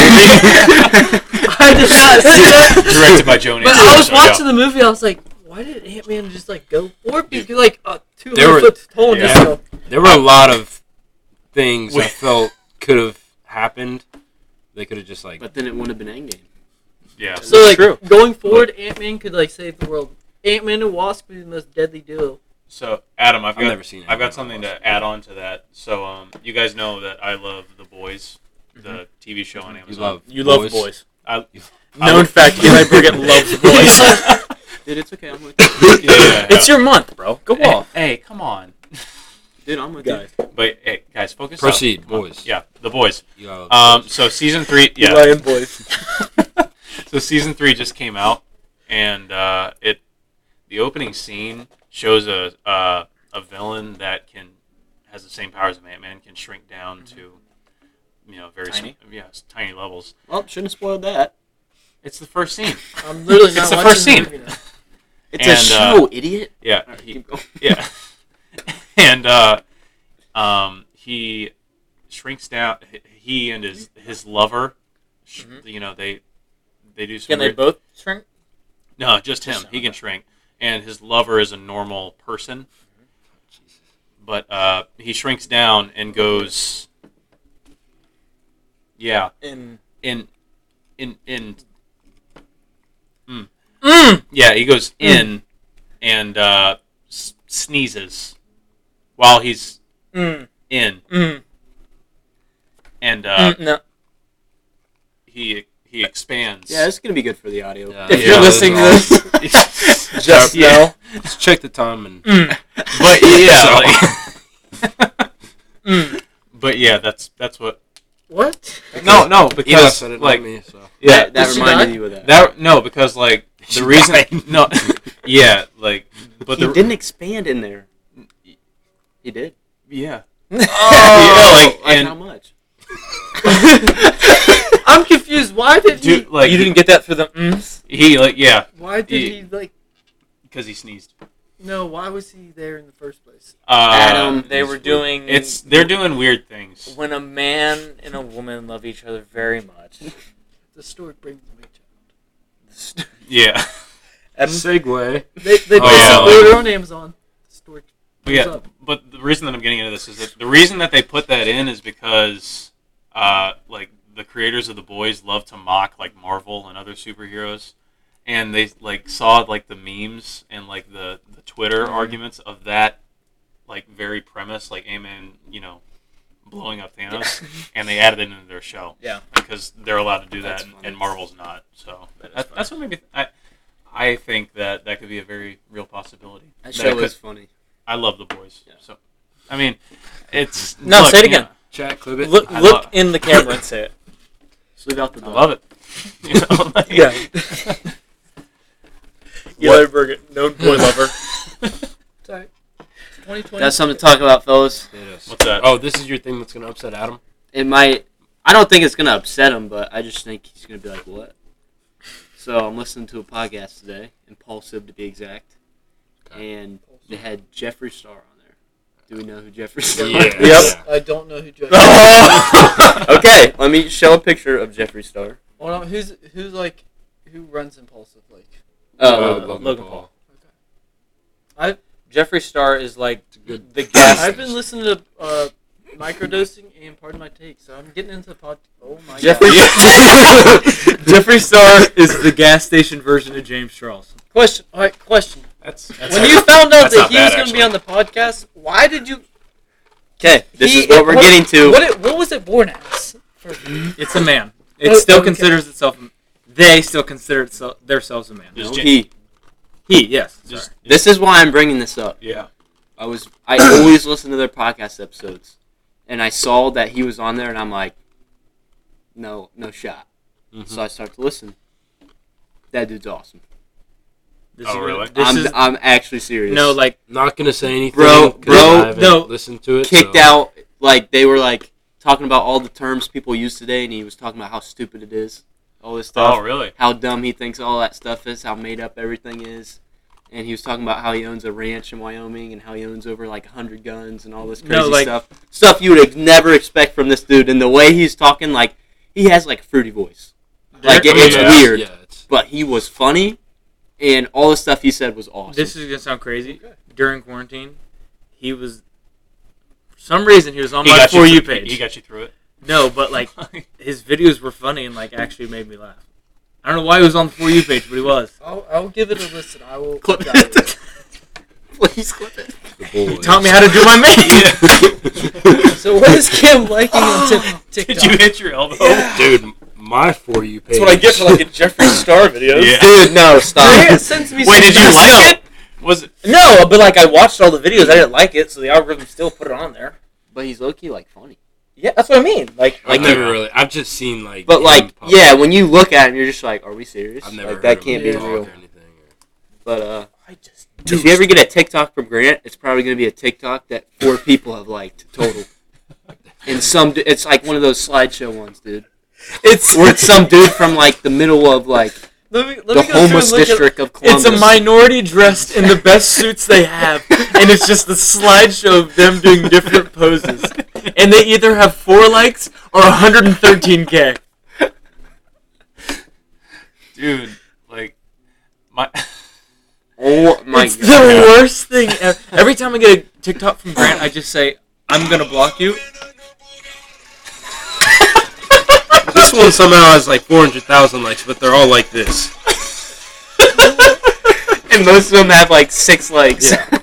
I did not see that.
Directed by Joni.
But I was
So,
watching the movie, I was like, why did Ant Man just like go or be like a 200
were-
foot tall and just
yeah.
go?
There were a lot of things
We-
I felt could have happened. They could have just like.
But then it wouldn't have been Endgame.
Yeah.
So like
true.
going forward, Ant Man could like save the world. Ant Man and Wasp would be the most deadly duo.
So Adam, I've
I've
got
never seen
I've
Ant-Man
got something
Wasp.
to add on to that. So um, you guys know that I love The Boys, the TV show on
You
Amazon.
love.
You love
boys.
boys.
I- I-
Known fact, Eli Burgett loves boys.
Dude, it's okay. I'm with
Yeah, yeah,
it's
yeah.
your month, bro. Go
Hey,
off,
Hey, come on.
Dude, I'm with
guys.
But hey, guys, focus. up.
Proceed,
Come on.
boys.
Yeah, The Boys.
You love
Um,
boys.
so season three. Yeah.
Eli and boys.
So season three just came out, and uh, it the opening scene shows a uh, a villain that can has the same powers of Ant Man can shrink down
Mm-hmm.
to you know very
Tiny?
sm- yeah s- tiny levels.
Well, shouldn't have spoiled that.
It's the first scene.
I'm literally
It's
not
the
watching
first
the
scene.
movie now.
It's a
And, uh,
show, idiot.
Yeah,
All right,
he-
keep going.
yeah, and uh, um, he shrinks down. h- He and his his lover, sh-
Mm-hmm.
Mhm.
you know they they do some.
Can they
weird-
both shrink?
No, just him.
Just
he
him,
can shrink, and his lover is a normal person. But uh, he shrinks down and goes, yeah,
In
in, in, in, mm. yeah. He goes in and uh, s- sneezes while he's
mm,
in,
mm,
and uh,
Hmm.
mm, no.
he he expands.
Yeah, it's gonna be good for the audio.
Yeah.
If you're listening to
those are
this, just
Yeah.
know.
all- Let's check the time and.
Mm,
but yeah,
So-
like-
mm.
but yeah, that's that's what.
What?
No, no,
Eli
because
said it, not
like
me, so.
yeah,
that
Did she
reminded
die?
you of that.
That no, because like
She
the reason
died.
no, yeah, like but
he
the
didn't expand in there. He did.
yeah
Oh,
yeah like and
how much?
I'm confused. Why did
dude
he? Mm.
like
you didn't get that for the mms?
he like yeah
Why did
he-
he like?
because he sneezed.
No, why was he there in the first place?
Uh,
Adam.
They were doing.
it's they're doing weird things.
when a man and a woman love each other very much.
The story brings me. to-
Yeah,
Segway.
They they
Oh, yeah,
basically
like-
were on Amazon. The story.
but
brings
yeah.
up.
But the reason that I'm getting into this is that the reason that they put that in is because uh like the creators of the boys love to mock like Marvel and other superheroes. And they like saw like the memes and like the, the
Mm-hmm.
Twitter arguments of that like very premise, like Amen, you know, blowing up Thanos, and they added it into their show.
Yeah.
because they're allowed to do
That's
that, and,
funny.
and Marvel's not. So
That is
that, that's what made me. I, I think that that could be a very real possibility.
That
That
show
could-
was funny.
I love the boys.
Yeah.
So, I mean, it's
No, say it
you
again.
Chat clip it.
Look,
I
look
love-
in the camera and say it.
Sleep out the
know, I
dog.
love it. You know, like-
Yellow Burger, known boy lover.
Sorry. 2020.
That's something to talk about, fellas.
Potatoes.
What's that?
Oh, this is your thing that's gonna upset Adam.
It might. I don't think it's gonna upset him, but I just think he's gonna be like, "What?" So I'm listening to a podcast today, impulsive to be exact,
Okay.
and they had Jeffree Star on there. Do we know who Jeffree Star?
Yeah.
is?
Yep.
I don't know who Jeffree.
okay, let me show a picture of Jeffree Star.
Well, no, who's who's like who runs Impulsive? Like
Uh,
Uh,
Logan Paul.
Jeffree Star is like
It's a good.
the gas.
I've been listening to uh, microdosing and pardon my take, so I'm getting into the pod. Oh my
Jeffree-
god!
Jeffree Star is the gas station version of James Charles.
Question. All right, question.
That's,
when you found out
that's
that
not
he was
bad,
going to be on the podcast, why did you?
Okay, this
He-
is what we're getting to.
What it, what was it born as? For-
It's a man.
Oh,
It still
okay.
considers itself. They still consider itself, themselves a man.
Just
No,
gen-
he-
He, yes. Sorry.
just-
This is why I'm bringing this up.
yeah.
I was I always listen to their podcast episodes, and I saw that he was on there, and I'm like, no, no shot.
Mm-hmm.
So I start to listen. That dude's awesome.
This
Oh,
is-
really?
This
I'm
is
I'm actually serious.
no like
Not gonna say anything,
Bro,
'cause
bro,
I haven't
no.
listened to it.
kicked
so-
out like they were like talking about all the terms people use today, and he was talking about how stupid it is, all this stuff.
Oh, really?
how dumb he thinks all that stuff is, how made up everything is. And he was talking about how he owns a ranch in Wyoming and how he owns over like 100 guns and all this
No,
crazy
like-
stuff. Stuff you would never expect from this dude. And the way he's talking, like, he has like a fruity voice. Like, it-
Yeah.
it's weird.
Yeah, it's,
But he was funny, and all the stuff he said was awesome.
this is gonna sound crazy. During quarantine, he was for some reason he was on my
got
for you
through-
page.
He got you through it.
no, but like his videos were funny and like actually made me laugh. I don't know why he was on the for you page, but he was.
I'll, I'll give it a listen. I will.
Clip
evaluate it.
Please clip it.
the
He taught me how to do my makeup.
So what is Cam liking on Tik-
Did
TikTok?
you hit your elbow?
Oh, dude. My for you page.
That's what I get for like a Jeffree Star video.
Yeah.
Dude, no,
It
Uh,
stop.
sends me
Wait,
some
did you
messages.
like it? Was it?
no, but like I watched all the videos, I didn't like it, so the algorithm still put it on there.
but he's low key like funny.
Yeah, that's what I mean. Like
I've
Like,
never really. I've just seen like.
But
him
like,
pop
yeah,
up.
when you look at him, you're just like, are we serious?
I've never.
like, that
heard
can't
him
be
talk
real.
Or anything.
But uh,
I just
if you ever get a TikTok from Grant, it's probably gonna be a TikTok that four people have liked total. And some, du- it's like one of those slideshow ones, dude.
it's
Or it's some dude from like the middle of like
Let me, let me
the
go through and
homeless
look at
district of Columbus.
It's a minority dressed in the best suits they have, and it's just the slideshow of them doing different poses. And they either have four likes or 113k.
Dude, like, my.
Oh my
it's
god!
the worst thing ever. Every time I get a TikTok from Grant, I just say, I'm gonna block you.
This one somehow has like 400,000 likes, but they're all like this.
And most of them have like six likes. and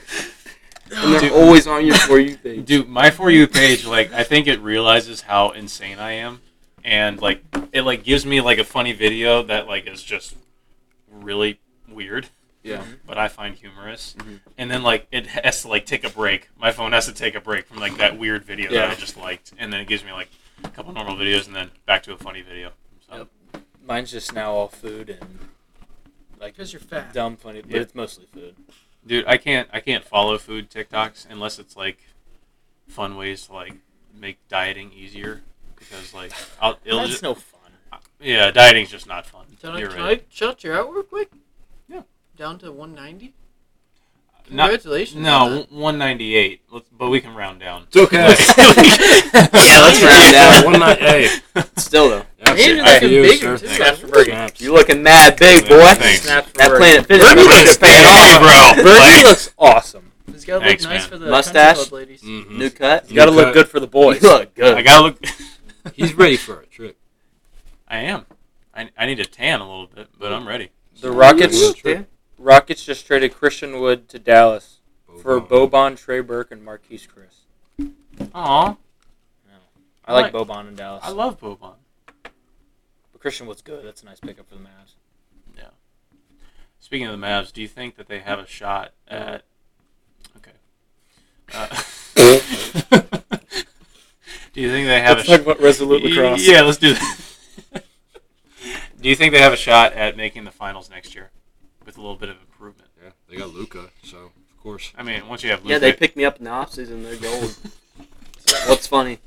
they're
Dude.
always on your for you thing.
Dude, my for you page, like, I think it realizes how insane I am, and like, it like gives me like a funny video that like is just really weird.
Yeah.
But I find humorous,
Mhm.
and then like it has to like take a break. My phone has to take a break from like that weird video that
Yeah.
I just liked, and then it gives me like a couple normal videos, and then back to a funny video. So,
Yep. Mine's just now all food and like
Because you're fat.
dumb funny,
but it's
mostly food.
Dude, I can't I can't follow food TikToks unless it's like fun ways to like make dieting easier because like I'll it'll
That's
just,
no fun.
yeah dieting's just not fun.
Can I,
You're
can
right.
I shout you out real quick?
Yeah.
Down to 190?
Not-
Congratulations. on
No,
that.
one ninety eight. Let's but we can round down.
It's okay.
Yeah, let's round down.
One night, hey.
Still though,
That's
Man, you're
it. After
looking
you,
bigger,
sir.
too.
Snaps
That's
Snaps.
you're looking mad big, boy.
Thanks.
Snaps for
That
work.
Planet Fitness
Bernie
membership's
looks
paying off.
bro.
Bernie looks awesome.
It's got to look
Thanks,
nice
man.
for the
Mustache?
country club ladies.
Mhm.
New cut.
You gotta look
cut.
good for the
You
boys.
look good.
I gotta look.
He's ready for a trip.
I am. I, I need to tan a little bit, but I'm ready.
The Rockets,
Yeah.
Rockets just traded Christian Wood to Dallas for
Bob.
Boban, Trey Burke, and Marquise Chris.
Aw,
I
Right.
like Boban in Dallas.
I love Boban.
but Christian Wood's good. That's a nice pickup for the Mavs.
Speaking of the Mavs, do you think that they have a shot at? Okay. Uh, do you think they have a? shot?
about Resolute
Yeah, let's do that. do you think they have a shot at making the finals next year with a little bit of improvement?
Yeah, they got Luca, so of course.
I mean, once you have Luke,
Yeah, they picked me up in the offseason. They're gold. What's funny?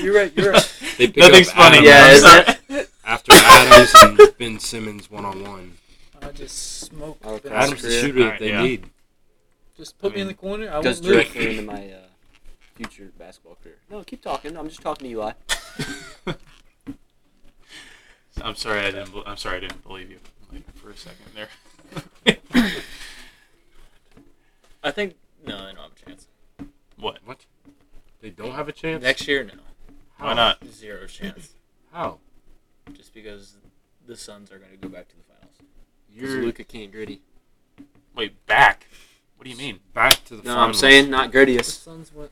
You're right. You're right.
They pick
nothing's
up
funny.
Adams
Yeah,
I'm
it's-
sorry.
after Adams and Ben Simmons one on one.
I just smoke.
Okay. That's
Adams the
true.
shooter
Alright,
that they
yeah.
need.
Just put me in the corner. I
Goes
won't move.
directly into my uh, future basketball career. No, keep talking. I'm just talking to Eli.
I'm sorry I didn't. bel- I'm sorry I didn't believe you like, for a second there.
I think no, I don't have a chance.
what?
What? They don't have a chance.
Next year, no,
How?
Why not?
zero chance.
How?
Just because the Suns are going to go back to the finals.
You're
King gritty.
Wait, back. What do you mean?
back to the.
No, I'm
finals.
saying not
The
grittiest.
Suns went.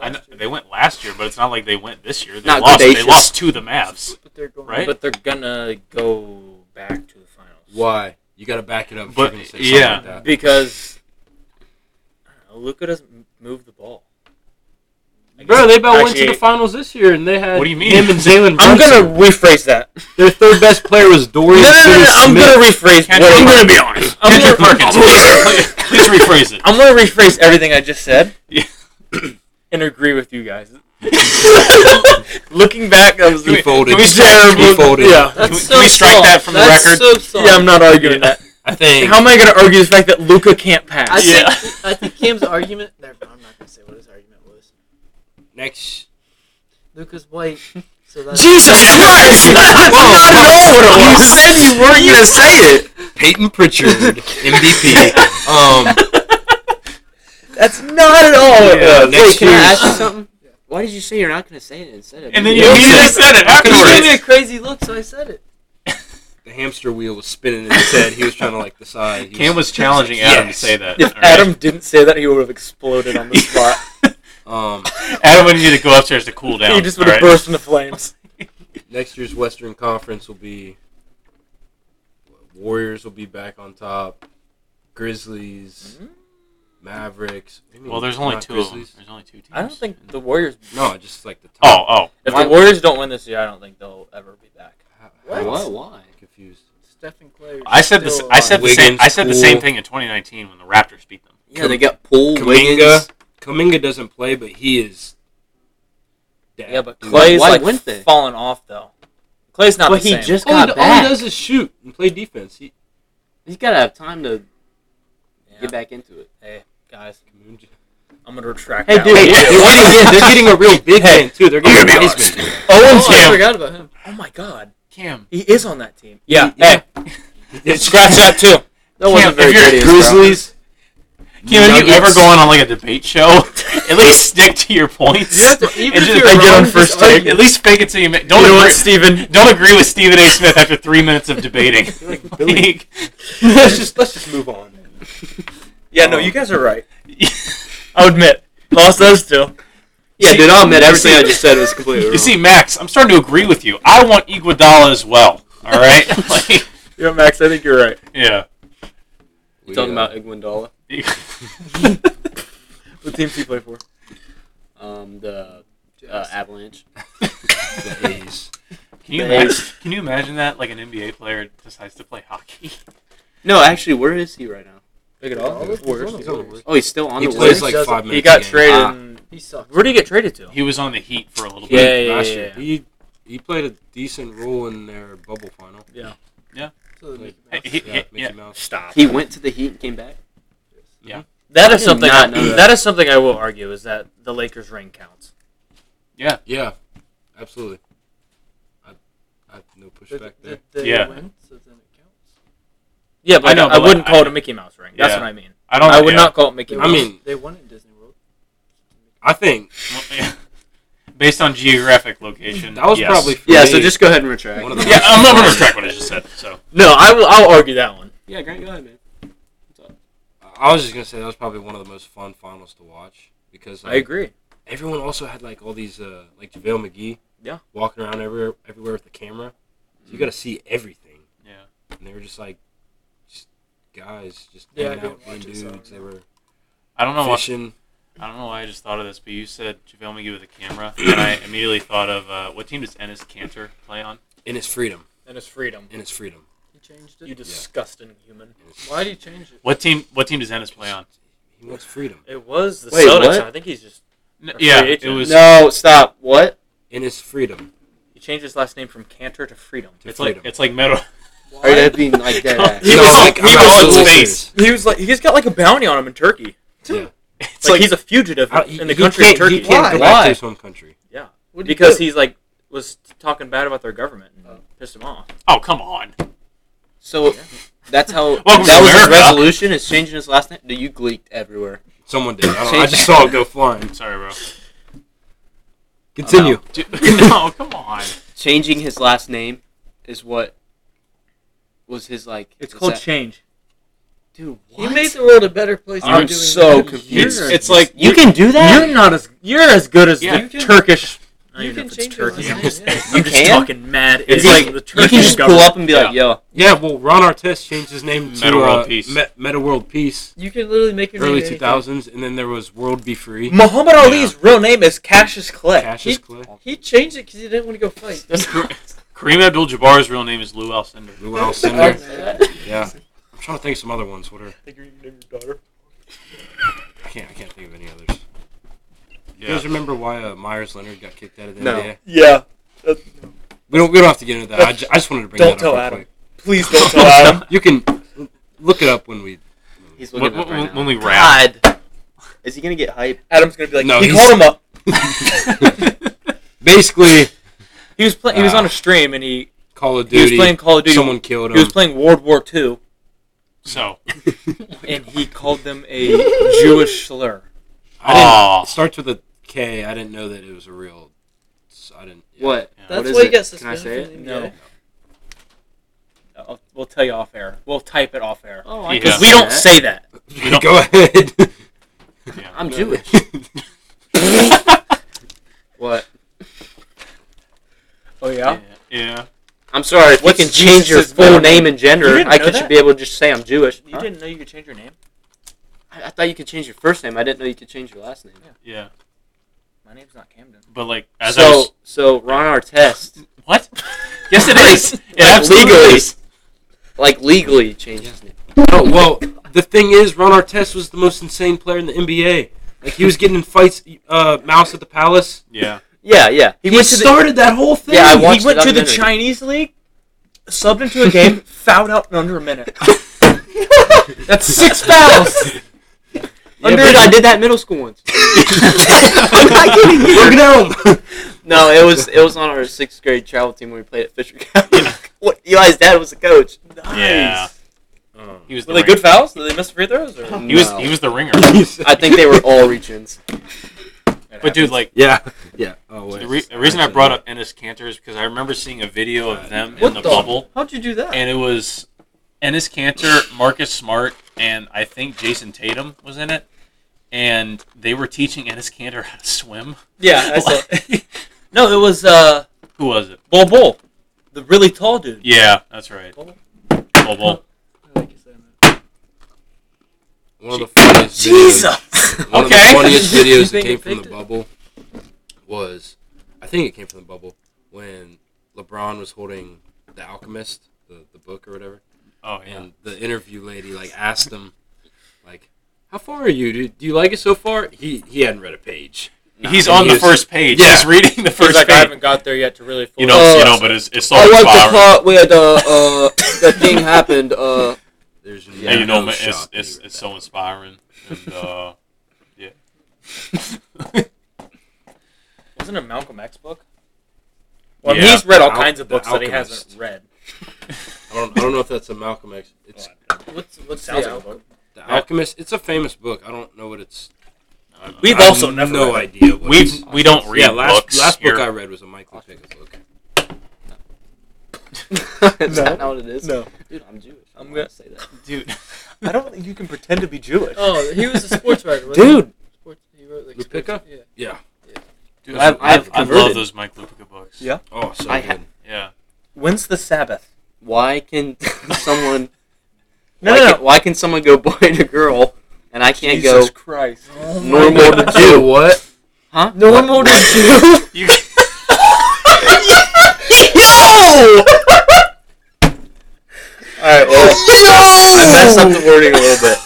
I
last
kn-
year,
they went last year, but it's not like they went this year. They
Not
lost. They
audacious.
lost to the Mavs.
but they're going.
Right?
But they're gonna go back to the finals.
Why? You got to back it up. if
But,
you're gonna say
yeah.
something like that.
Because Luca Uh, doesn't m- move the ball. I
Bro,
guess-
they about went to
actually,
the finals this year, and they had
What do you mean?
him and Jalen.
I'm
Brunson.
gonna rephrase that.
Their third best player was
No,
Dorian.
no, no, no, I'm
Finney-Smith.
gonna rephrase.
Can't
What
you-
I'm gonna be honest. I'm
Kendrick
gonna,
Perkins. Please rephrase it.
I'm gonna rephrase everything I just said.
Yeah.
and agree with you guys. Looking back, I was
He folded.
Can we
terrible.
He folded.
Yeah.
Can we,
That's
can we
so
strike
soft.
that from the
That's
record?
so soft.
Yeah, I'm not arguing that.
I think.
How am I gonna argue the fact that Luca can't pass?
I
Yeah.
think I think Cam's argument. Never, I'm not gonna say what his argument was.
next?
Luca's white, so that's
Jesus Christ! That's not at all what it was. You said you weren't gonna say it.
Peyton Pritchard, MVP. Um,
That's not at all what
Yeah,
it was.
next
Wait, can
year-
I ask you something? Why did you say you're not going to say it instead of?
And then
me?
you immediately said it
He gave me
afterwards.
a crazy look, so I said it.
the hamster wheel was spinning in his head. He was trying to like decide. He
Cam was challenging Adam to say that.
If
all right?
Adam didn't say that, he would have exploded on the spot.
Um,
Adam would need to go upstairs to cool down.
he just would
all
have
right?
burst into flames.
next year's Western Conference will be Warriors will be back on top. Grizzlies,
Mm-hmm.
Mavericks. I mean,
Well, there's only
not
two of them.
Grizzlies.
There's only two teams.
I don't think the Warriors.
No, just like the
Oh,
top.
oh.
If
Why-
the Warriors don't win this year, I don't think they'll ever be back.
How-
What?
how-
Why?
Confused.
Stephen Clay.
I said this. I said the same.
Wiggins,
I said the same
Poole.
thing in 2019 when the Raptors beat them.
Yeah, they got Poole,
Kuminga.
Wiggins.
Kaminga doesn't play, but he is. Dead.
Yeah, but
dude.
Clay's
why
like
wouldn't they?
falling off though. Clay's not
But
the
he
same.
just
all,
got
Oh, he, all he
back.
does is shoot and play defense. He,
He's got to have time to
Yeah.
get back into it.
guys.
Kuminga-
I'm gonna retract.
Hey,
that
dude.
one.
Hey, they're, getting, they're getting a real big man too. They're getting a basement.
Owens.
Oh, I
Cam.
forgot about him.
Oh my God,
Cam,
he is on that team.
Yeah,
Hey, scratch that too.
That wasn't
if
very
you're
good. either, bro.
Grizzlies.
Cam, have you
Nuggets.
ever gone on like a debate show? At least stick to your points.
You have to, even
And
if
just-
you're
I
get
wrong,
on
just
first
argue.
take.
At least fake it till you make. Don't
You know what,
agree,
Steven?
don't agree with Stephen A. Smith after three minutes of debating. Like,
let's just let's just move on.
Yeah, no, you guys are right. I'll admit, lost those two.
Yeah, dude, I'll admit everything I just said was completely wrong.
you see, Max, I'm starting to agree with you. I want Iguodala as well. All right. Like,
Yeah, Max, I think you're right.
yeah.
you talking about Iguodala,
What teams do you play for?
um, the uh, Avalanche.
the A's?
Can you
They-
imagine, can you imagine that? Like an NBA player decides to play hockey.
No, actually, where is he right now?
Look at
all the Warriors.
Warriors.
Oh, he's still on
He
the
plays
Warriors.
like
doesn't-
five minutes.
He got
a game.
traded.
Ah.
in-
He sucks.
Where did he get traded to?
He was on the Heat for a little
Yeah,
bit.
yeah,
last
yeah,
year.
yeah.
He he played a decent role in their bubble final.
So the Mickey
Hey,
Mouse.
he-
Yeah,
he-
Mickey
yeah.
Mouse.
Stop.
He went to the Heat and came back.
That
I
is
did
something.
not
I-
know that.
that is something I will argue is that the Lakers ring counts.
Yeah, absolutely. I I have no
Did-
pushback there.
did they
Yeah.
win? So then it counts.
Yeah, but
I
I,
know,
I
but like,
wouldn't
I-
call it a Mickey Mouse ring. That's
Yeah.
what I mean.
I don't.
I, would
yeah.
not call it Mickey
They
Mouse.
I
won-
mean-
they won in Disney World.
I think
Based on geographic location,
that was
yes.
probably for
Yeah,
me,
so just go ahead and retract.
one of the
Yeah, I'm not gonna retract what I just said. So
no, I will. I'll argue that one.
Yeah, Grant, go ahead, man.
I was just gonna say that was probably one of the most fun finals to watch because
I agree.
everyone also had like all these uh like JaVale McGee.
Yeah.
Walking around everywhere everywhere with the camera. So you gotta see everything.
yeah,
And they were just like just guys just
Yeah, I
hanging out being
didn't watch it, so I
dudes. They
don't
were
I don't know. Why,
fishing.
I don't know why I just thought of this, but you said JaVale McGee with a camera, and I immediately thought of uh, what team does Ennis Cantor play on?
In his freedom.
And it's freedom.
In his freedom.
He changed
You
it.
disgusting human.
Why'd he change it?
What team? What team does Ennis play on?
He wants freedom.
It was the
Wait,
Celtics.
what?
and I think he's just
N- yeah,
free
it
agent.
was.
No, stop. What?
In his freedom.
he changed his last name from Cantor to Freedom.
To
It's like
freedom.
it's like metal.
Are you being like that?
He was-
like,
he
I'm
was
not
on
serious.
space.
He was like he's got like a bounty on him in Turkey.
It's
Like,
like,
he's a fugitive
I-
in the country of
can't,
Turkey
He can't go
Why?
back
Why?
to his home country.
What'd he
because
do?
he's like was talking bad about their government and pissed him off.
oh come on.
So that's how
Welcome
that
to
was his
America.
resolution is changing his last name. Dude, you gleeked everywhere.
Someone did. I, don't, know. I just saw it go flying.
Sorry, bro.
Continue.
Dude, no, come on.
Changing his last name is what was his like.
It's
is
called
that-
change.
dude.
He made the world a better place. by
I'm
doing
so
that.
confused.
You're-
It's like
You can do that.
You're not as you're as good as
Yeah.
the Turkish. I don't
You can
even know if it's
change your
Turkey. I'm
last
just,
name. yeah.
I'm just
can?
talking mad.
It's
idiots
like,
of the
you
Turkish
can just pull
government.
up and be like, "Yo,
yeah, well, Ron Artest changed his name to
Meta World
uh,
Peace.
Me- Meta World Peace,
You can literally make your
early
name anything.
2000s, and then there was World Be Free.
Muhammad Ali's real name is Cassius Clay.
Cassius Clay.
He changed it because he didn't want to go fight.
Kareem Abdul-Jabbar's real name is Lou Alcindor.
Lou Alcindor. Yeah. I'm trying to think of some other ones. What are?
Think you can name your daughter.
I can't. I can't think of any others.
Yeah.
You guys remember why uh, Myers Leonard got kicked out of the
No.
NBA?
Yeah.
We don't. We don't have to get into that. I, ju- I just wanted to bring
Don't
that
tell
up.
Adam.
real quick.
Please don't tell Adam.
You can look it up when we.
he's
When,
looking up
when-
right now."
when we rap.
God, is he gonna get hype?
Adam's gonna be like,
No,
he
he's-
called him up.
Basically,
He was playing. He was
Ah.
on a stream and he
Call of
he
Duty.
was playing Call of Duty.
Someone killed him.
he was playing World War II
So,
and he called them a Jewish slur.
I didn't,
Aw.
It starts with a K. I didn't know that it was a real. I didn't. yeah.
What?
Yeah.
What
That's
is
why he
it?
got
Can I
suspended.
say it?
from the
No.
NBA.
I'll, we'll tell you off air. We'll type it off air.
Oh,
I Yeah.
Because
can
we don't say that.
You don't-
Go ahead.
yeah.
I'm Jewish. What?
Oh yeah.
yeah.
I'm sorry. If
What's
you can change your
Jesus'
full
middle
name and
You
gender,
didn't
I
know
could
that?
should be able to just say I'm Jewish.
You didn't know you could change your name.
I, I thought you could change your first name. I didn't know you could change your last name.
Yeah.
My name's not Camden.
But like, as I
so,
was,
so Ron Artest,
what? yes, it is. It
Like,
absolutely
legally.
is.
like legally changed his name.
No, well, the thing is, Ron Artest was the most insane player in the NBA. Like he was getting in fights, uh, Mouse at the Palace.
Yeah.
Yeah, yeah.
He,
went to the-
started that whole thing.
Yeah, I watched
he went to the
documentary.
Chinese league, subbed into a game, fouled out in under a minute. That's six fouls.
Dude, I did that in middle school once.
I'm not kidding. Look at him.
No, it was it was on our sixth grade travel team when we played at Fisher County. what Eli's dad was a coach.
Yeah.
Oh.
He was
Were
the
they
ringer.
good fouls? Did they miss free throws? Or?
He was he was the ringer.
I think they were all regions.
But dude, like
Yeah, yeah. Oh wait.
the, re- the reason I brought up Ennis Cantor is because I remember seeing a video of them in
What
the
the-
bubble,
How'd you do that?
and it was Ennis Cantor, Marcus Smart, and I think Jason Tatum was in it, and they were teaching Ennis Cantor how to swim.
Yeah, I saw. no, it was uh,
Who was it?
Bol Bol, the really tall dude.
Yeah, that's right.
Bubble?
Bubble.
I like you saying that.
One of the funniest
Jesus.
videos.
Okay.
One of the funniest videos that
Think
came
it
from the
picked it?
bubble was, I think it came from the bubble when LeBron was holding the Alchemist, the, the book or whatever,
Oh yeah.
and the interview lady like asked him, like, "How far are you? Do, do you like it so far?" He he hadn't read a page.
He's on
He
the
was-
first page.
Yeah.
He's reading the first
like, I
page.
haven't got there yet to really.
You know,
Uh,
you know, but it's it's all
I like the
flower.
part where the uh the thing happened. Uh,
There's
Yeah, you know,
no
man, it's
shot that
it's,
he read
it's
that.
so inspiring. And uh, yeah,
Wasn't it a Malcolm X book?
Well, I
Well,
mean, Yeah.
Oh, he's read all
Al-
kinds of
The
books that he
Alchemist.
hasn't read.
I don't I don't know if that's a Malcolm X. It's
What's what's
Sounds
the
like a book.
the Alchemist. It's a famous book. I don't know what it's.
We've
I have
also never
no
read it.
idea. What
we
it's-
we don't read
yeah, last,
books
last
here.
book I read was a Michael Pickett book.
is that not what it is?
No.
dude, I'm Jewish. I'm
I'm gonna-
gonna say that.
dude.
I don't think you can pretend to be Jewish.
Oh, he was a sports writer, wasn't
Dude,
He? Sports, he wrote like
Lupica?
sports- Yeah.
Yeah.
Dude, I,
I've-
I,
I've
I love
converted.
those Mike Lupica books.
Yeah.
Oh, so
I
good.
ha-
yeah.
When's the Sabbath?
why can someone?
No,
why,
no, no.
Can, why can someone go boy to girl, and I can't
Jesus Christ.
go normal to
Dude,
Jew?
what?
Huh?
Normal to
Jew.
You,
right, well, I messed up the wording a little bit.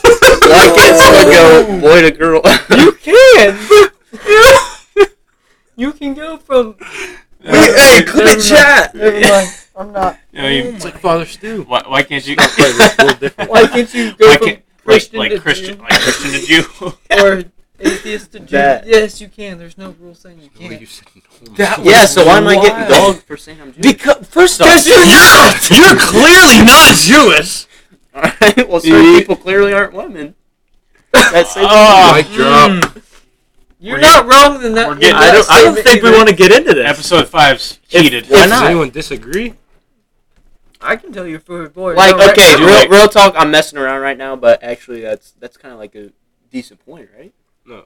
One can still go boy to girl.
You can. you can go from.
hey, quit chat.
Never mind. I'm not.
You know, you,
It's like Father Stu.
why, why can't you?
It's a little different.
Why can't you go
Why
from
can't like,
Christian
like
to
Christian like Christian to Jew?
Jew or atheist to Jew?
That-
Yes, you can. There's no rule saying you
What
can't.
you said, no.
That
Yeah, so why am I getting
Why?
dogged for saying I'm Jewish?
Because first off,
you're not. You're clearly not Jewish.
Alright, well, certain people clearly aren't women. That's
Mic drop.
Mm.
You're not wrong in that.
we're getting-
Hmm. I don't. I don't think we want to get into this.
Episode five's
If-
heated.
Why
Does
not?
anyone disagree?
I can tell your favorite boy.
like,
No, right-
okay,
You're
real,
right.
real talk. I'm messing around right now, but actually, that's that's kind of like a decent point, right?
No.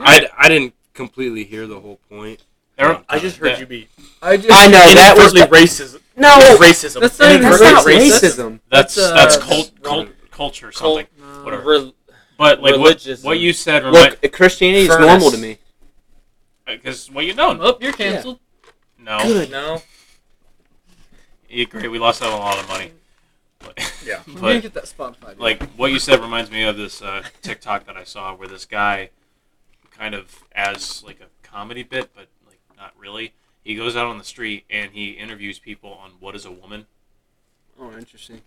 I, I didn't completely hear the whole point.
Everyone-
I just heard
that-
you be
I just.
I know that was
inadvertently racism.
no.
racism.
That's not even
That's
Inadvertently
not
racist.
racism.
That's
That's, uh,
that's cult cult
wrong.
culture or
Cult-
something.
No.
Whatever.
Re-
But like what,
Religious
what
and-
you said remind
Look, Christianity is
Furnace.
normal to me.
because well you know
Oh, you're canceled.
no
No.
you agree we lost out on a lot of money. But,
Yeah.
We're gonna
but
get that Spotify.
like what you said reminds me of this uh, TikTok that I saw where this guy kind of as like a comedy bit but like not really. He goes out on the street and he interviews people on what is a woman
Oh, interesting.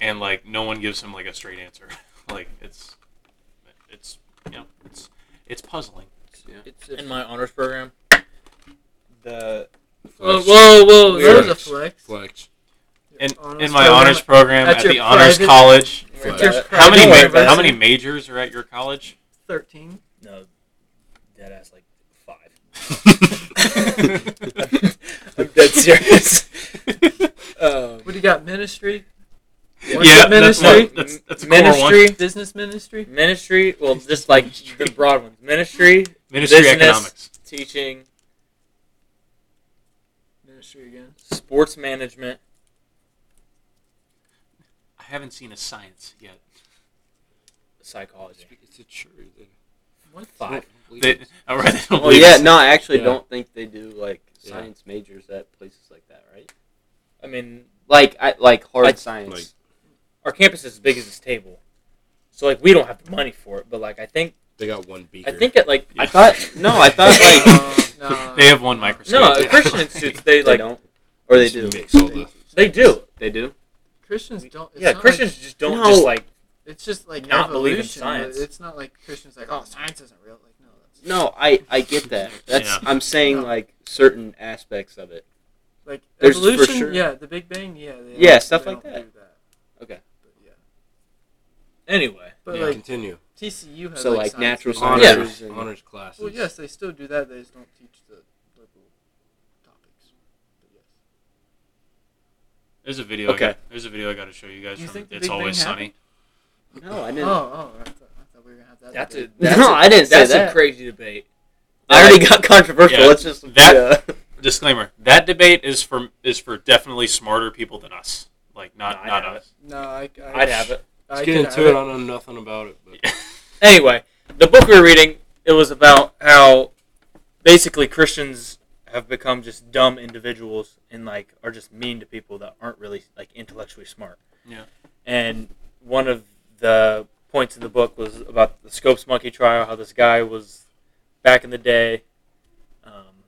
and like no one gives him like a straight answer. like it's it's you know it's it's puzzling.
Yeah.
It's
In my honors program, the
whoa,
Uh,
whoa, whoa! That was a flex.
Flex.
In,
Honors
in my
program.
honors program
That's
at
your
the honors
private-
college,
Flex.
Just
How
how
crack
many
it
ma-
open.
how many majors are at your college?
Thirteen.
no, dead ass like five.
I'm dead serious. um,
What do you got? Ministry. What's
yeah, that's
it, ministry?
one- that's that's a core one.
Ministry,
Business ministry.
ministry. Well, just like the broad ones. Ministry,
Ministry
business.
economics.
teaching,
Ministry again.
sports management.
I haven't seen a science yet.
psychology.
It's a church.
What?
Five.
They, all right. they don't
well,
leave
Oh, yeah,
us.
no, I actually
Yeah.
don't think they do like
Yeah.
science majors at places like that, right?
I mean,
Like, I like hard
Like-
science.
like-
our campus is as big as this table, so like we don't have the money for it. But like I think,
They got one beaker. Uh,
I think at like
I thought no, I
Uh,
thought like
No, no.
They have one microscope.
no at Christian institutes they
they
like
don't, or they
Just
do.
Mix all the,
they do.
They do.
Christians don't. It's
yeah,
not
Christians
Like,
just don't
No.
just like
it's just like
not believe in
evolution, but
science.
It's not like Christians like, oh, science isn't real. Like, no, that's
No, I I get that. That's
Yeah.
I'm saying
No.
like certain aspects of it.
like
There's for
evolution.
sure-
Yeah, the Big Bang. Yeah. They
Yeah,
don't-
stuff
they
like
don't
that.
do
Okay.
But, yeah.
anyway.
But
Yeah.
like
continue.
TCU has
So,
like,
like,
science
natural
majors.
science.
Yeah.
Honors,
and-
honors classes.
Well, yes, they still do that. They just don't teach the liberal topics. But yes.
There's a video. I
Okay.
got- there's a video I got to show you guys
You
from
think the
It's
Big Bang
Always Sunny.
happened?
No, I
Oh,
didn't.
oh, I thought, I thought we were gonna have that.
That's a
debate.
that's
no,
a,
I didn't say
that's
that.
a crazy debate.
I already got controversial.
Yeah,
Let's just
that-
yeah.
Disclaimer: That debate is for is for definitely smarter people than us. Like
No,
not
I
not
have
us.
No, I, I,
I'd have it
I
Let's
could
get
have
into it. I know nothing about it, but
anyway. The book we were reading it was about how basically Christians have become just dumb individuals and like are just mean to people that aren't really like intellectually smart.
Yeah.
And one of the points in the book was about the Scopes monkey trial, how this guy was back in the day um,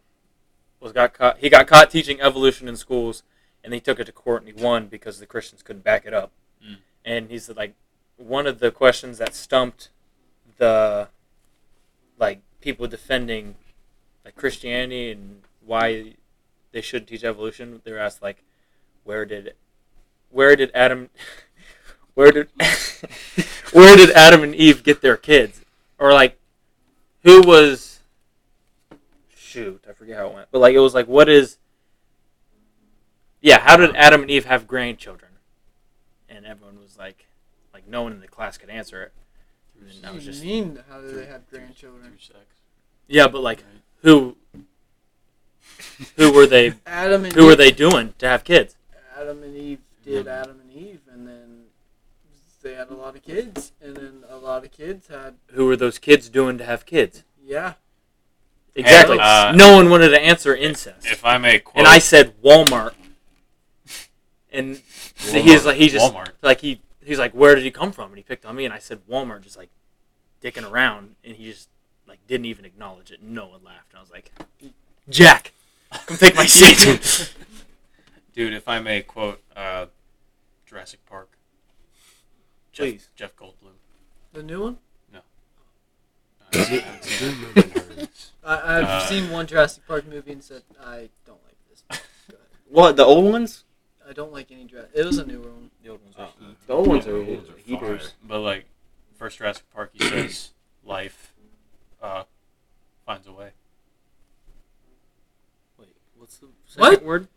was got caught. He got caught teaching evolution in schools, and they took it to court and he won because the Christians couldn't back it up.
Mm.
And he said like one of the questions that stumped the like people defending like Christianity and why they should teach evolution. They were asked like, where did where did Adam where did where did Adam and Eve get their kids? Or like who was shoot, I forget how it went. But like it was like what is Yeah, how did Adam and Eve have grandchildren? And everyone was like like no one in the class could answer it. And then
What
I
do
was
you
just
mean? How do they have grandchildren?
Yeah, but like who who were they
Adam and
who were
Eve-
they doing to have kids?
Adam and Eve did Adam and Eve, and then they had a lot of kids, and then a lot of kids had
Who were those kids doing to have kids?
yeah.
Exactly.
uh,
no one wanted to answer incest.
If I may quote,
and I said Walmart. and he's like he just
Walmart.
like he he's like where did you come from and he picked on me and i said walmart just like dicking around and he just like didn't even acknowledge it no one laughed and i was like jack come take my seat
Dude, if I may quote uh, Jurassic Park. Jeff,
Please.
Jeff Goldblum.
The new one?
I haven't seen it.
I, I've
Uh,
seen one Jurassic Park movie and said I don't like this. Go ahead.
What the old ones?
I don't like any Jurassic. It was a newer one.
The old ones
The
are
old ones are
heaters.
But like, first Jurassic Park, he says, "Life uh, finds a way."
Wait, what's the second
What?
word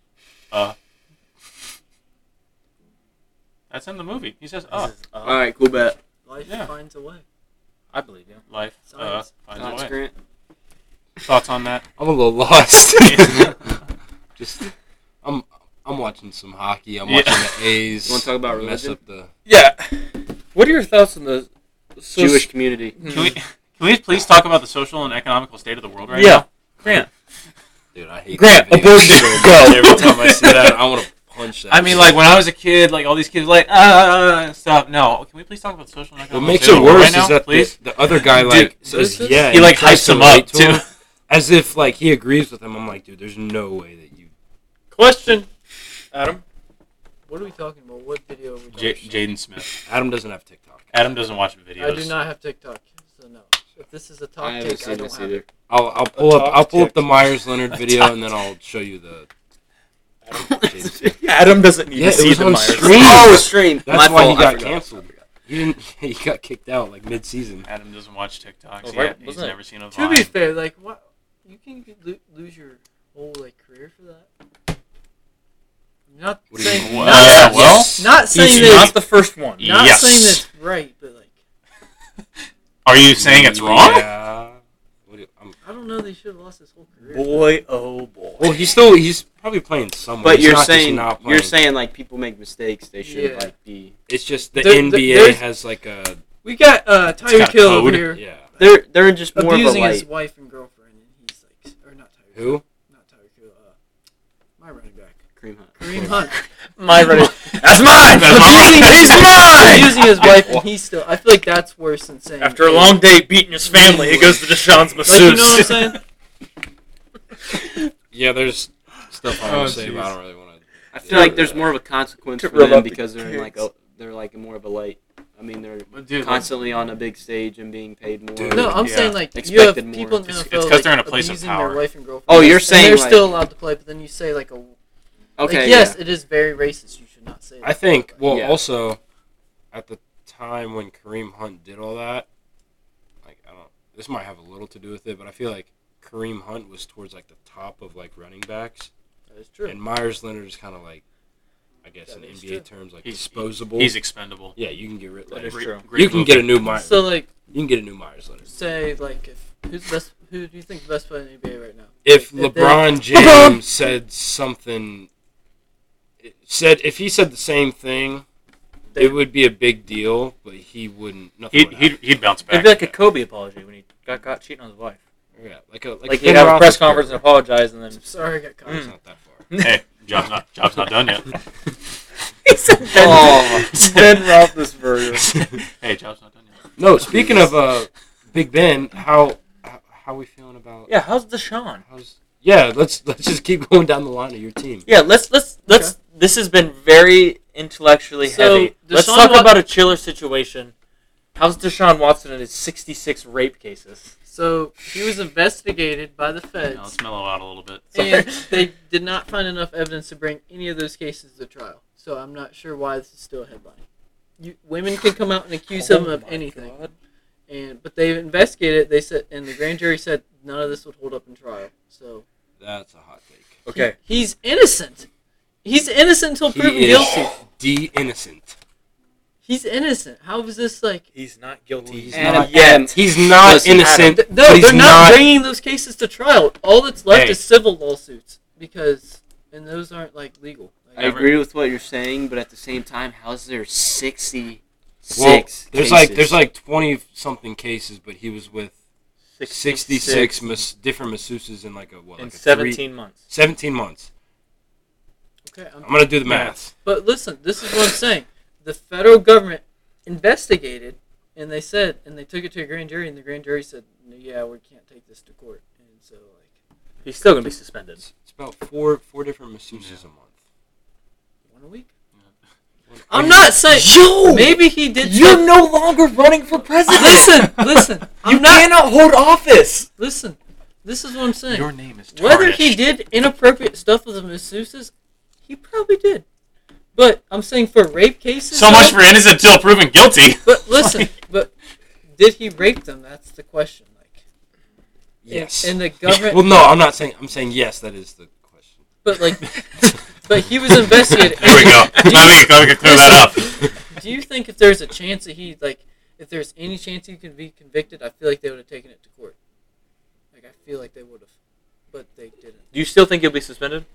That's in the movie. He says, "Uh,
This is, uh,
All right, cool bet.
Life
Yeah.
finds a way.
i believe you
life uh,
Science.
finds
Science
a way."
Grant.
Thoughts on that?
I'm a little lost. Just, I'm, I'm watching some hockey. I'm
Yeah.
watching the A's.
You wanna talk about
mess
religion?
up the
yeah what are your thoughts on the
Jewish community.
Can we, can we please talk about the social and economical state of the world right
yeah
now?
grant
dude. I hate
grant
that video.
abortion
Every
go
time I see that, I want to punch that.
I mean, like when I was a kid, like all these kids, were like, uh, stop. No, can we please talk about social and
What
economical
makes
state
it
of the world
worse
right now,
is that
please?
the, the other guy like says
this is-
yeah.
He,
and
like,
tries
hypes
to
him up,
relate to
too.
him, as if like he agrees with him. I'm like, dude, there's no way that you.
question adam
What are we talking about? What video are we
J-
talking
Jaden Smith.
Adam doesn't have TikTok.
Adam doesn't watch videos.
about? I do not have TikTok, so no. If this is a
I
talk
haven't
take, I
seen
don't
this
have
either.
it.
I'll, I'll pull
talk
up. I'll pull up the
tick.
Myers Leonard video and then I'll show you the.
adam doesn't need
Yeah,
to
it
see
was
the
on
Myers.
stream.
Oh, stream.
That's
My
why he
fault, I
got
forgot.
canceled. He didn't. He got kicked out like mid-season.
Adam doesn't watch TikToks.
Oh,
He-
right,
he's
wasn't it-
never seen a
To
Vine.
be fair, like what you can get- lo- lose your whole like career for that. Not
What do you
saying
mean?
not,
Uh, well,
not
He's
saying
not
that
the first one.
not
Yes.
saying that's right, but like
Are you saying it's wrong?
Yeah. What do you- I'm-
I don't know. They should have lost his whole career.
Boy, oh boy.
well, he's still. He's probably playing somewhere.
But
He's
you're
not just
saying
not
you're
playing.
saying like people make mistakes. They should
Yeah.
like be.
it's just the
There- there-
NBA
there's-
has like a
We got uh, Tyreek
kinda
Hill over
code.
here
yeah.
They're they're just more of a
abusing his
light.
wife and girlfriend, and he's like, or not Tyreek.
Who?
Not Tyreek Hill. Uh, my running back,
Cream Hunt.
Kareem Hunt.
My running. That's
mine! He's
mine!
abusing his wife, and he's still. I feel like that's worse than saying.
After a long day beating his family, he goes to Deshaun's
Like,
masseuse.
you know what I'm saying?
Yeah, there's stuff I
Oh,
want to say, but I
jeez.
don't really want to.
I feel like there's more of a consequence
To
for
rub
them
up the
because they're in like a
kids.
they're like more of a light. I mean, they're
But dude, like,
constantly on a big stage and being paid more.
Dude.
No, I'm
Yeah.
saying like you have
Expected more.
people in the
It's-
NFL
it's 'cause
like,
they're in a place of
abusing
power.
their wife and girlfriend.
Oh, you're saying,
and they're
like-
still allowed to play, but then you say like a okay, like,
okay.
yes, it is very racist. You should not say. that.
I think. Well,
Yeah.
also, at the time when Kareem Hunt did all that, like I don't. This might have a little to do with it, but I feel like Kareem Hunt was towards like the top of like running backs,
that is true.
and Myers Leonard is kind of like, I guess
That
in
is
NBA
true.
terms, like
He's-
disposable.
he's expendable.
yeah, you can get rid.
That
Like,
is
Great-
true.
great
you can
movie.
get a new Myers.
So like
you can get a new Myers Leonard.
say like if who's the best? Who do you think the best player in the NBA right now?
If
Like, they-
LeBron James said something, said if he said the same thing,
They-
it would be a big deal, but he wouldn't. Nothing
He'd,
would
he'd, he'd bounce back.
It'd be like a Kobe apology when he got caught cheating on his wife.
Yeah, like a like,
Like, he'd have a press conference and apologize, and then.
I'm sorry, I got
Mm.
caught.
It's not that far.
hey, job's not job's not done yet.
Oh,
Ben Roethlisberger.
hey, job's not done yet.
No, speaking of uh, Big Ben, how how, how we feeling about?
Yeah, how's Deshaun?
How's yeah? Let's let's just keep going down the line of your team.
Yeah, let's let's let's. This has been very intellectually
So,
heavy. let's
Deshaun
talk
Wat-
about a chiller situation. How's Deshaun Watson in his 66 rape cases?
So he was investigated by the
Now,
feds,
let's mellow out a little bit.
and they did not find enough evidence to bring any of those cases to trial. So I'm not sure why this is still a headline. You, women can come out and accuse him
Oh
of
my
anything.
God.
and but they investigated it, they said and the grand jury said none of this would hold up in trial so
That's a hot take.
Okay.
he's innocent he's innocent until
He
proven
is-
guilty
D innocent.
he's innocent how is this like
He's not guilty.
He's
Adam,
not.
Adam,
He's not
Listen,
innocent.
th- no
but he's
they're not,
not-
bringing those cases to trial all that's left
Hey.
is civil lawsuits because and those aren't like legal
I
like,
agree with what you're saying, but at the same time, how's there sixty
Well,
six?
there's like there's like twenty something cases, but he was with 66, mas- different masseuses in like a what
in
like a three-
17 months.
17 months.
Okay, I'm
I'm gonna do the math.
But listen, this is what I'm saying. The federal government investigated, and they said, and they took it to a grand jury, and the grand jury said, "No, "Yeah, we can't take this to court." And so, like,
He's still gonna be suspended.
It's, it's about four four different masseuses a month.
one a week. I'm not saying. Maybe he did.
You're
something-
no longer running for president.
listen, listen. I'm
you
not.
cannot hold office.
Listen. This is what I'm saying.
Your name is
Whether he
tarnished.
did inappropriate stuff with the masseuses, he probably did. But I'm saying for rape cases.
So much
though-
for innocent till proven guilty.
But listen, but did he rape them? That's the question. Like,
Yes.
And, and the government,
well, no, I'm not saying. I'm saying yes. That is the question.
but like, but he was investigated.
There we go. Glad we, glad we could clear that up.
Do you think if there's a chance that he like, if there's any chance he could be convicted, I feel like they would have taken it to court. Like, I feel like they would have, but they didn't.
Do you still think he'll be suspended?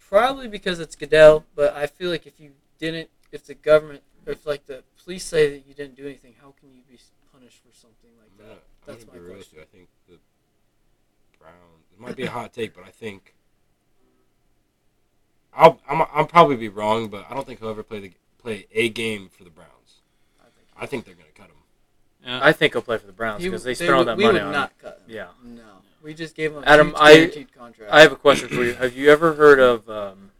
Probably because it's Goodell, but I feel like if you didn't, if the government, or if like the police say that you didn't do anything, how can you be punished for something like
I'm
that?
gonna- I'm
That's
gonna
my
be real with
question.
you. I think the Browns. It might be a hot take, but I think I'll I'm I'll probably be wrong, but I don't think he'll ever play the play a game for the Browns.
I think.
I think they're gonna cut him.
I think he'll play for the Browns
You-
because they spent all
would-
that
we
money
would
on. him.
not cut him.
Yeah.
No. We just gave him a
Adam,
huge
I-
guaranteed contract.
I have a question for you. Have you ever heard of? Um,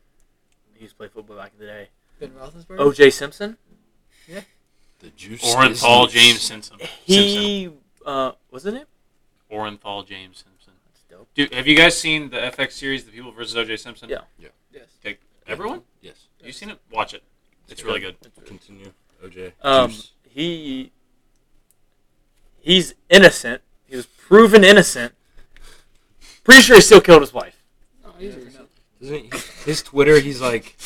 he used to play football back in the day.
Ben Roethlisberger.
O.J. Simpson.
The juice.
Orenthal James Simpson. Simpson.
He uh, wasn't it?
Orenthal James Simpson.
That's dope.
Dude, have you guys seen the FX series, The People versus O.J. Simpson?
Yeah.
Yes.
Everyone?
Yes.
Have you seen it? Watch it. It's really good.
Continue. OJ.
Um,
Juice.
he he's innocent. He was proven innocent. Pretty sure he still killed his wife.
Oh, he's no.
Doesn't he, his Twitter? He's like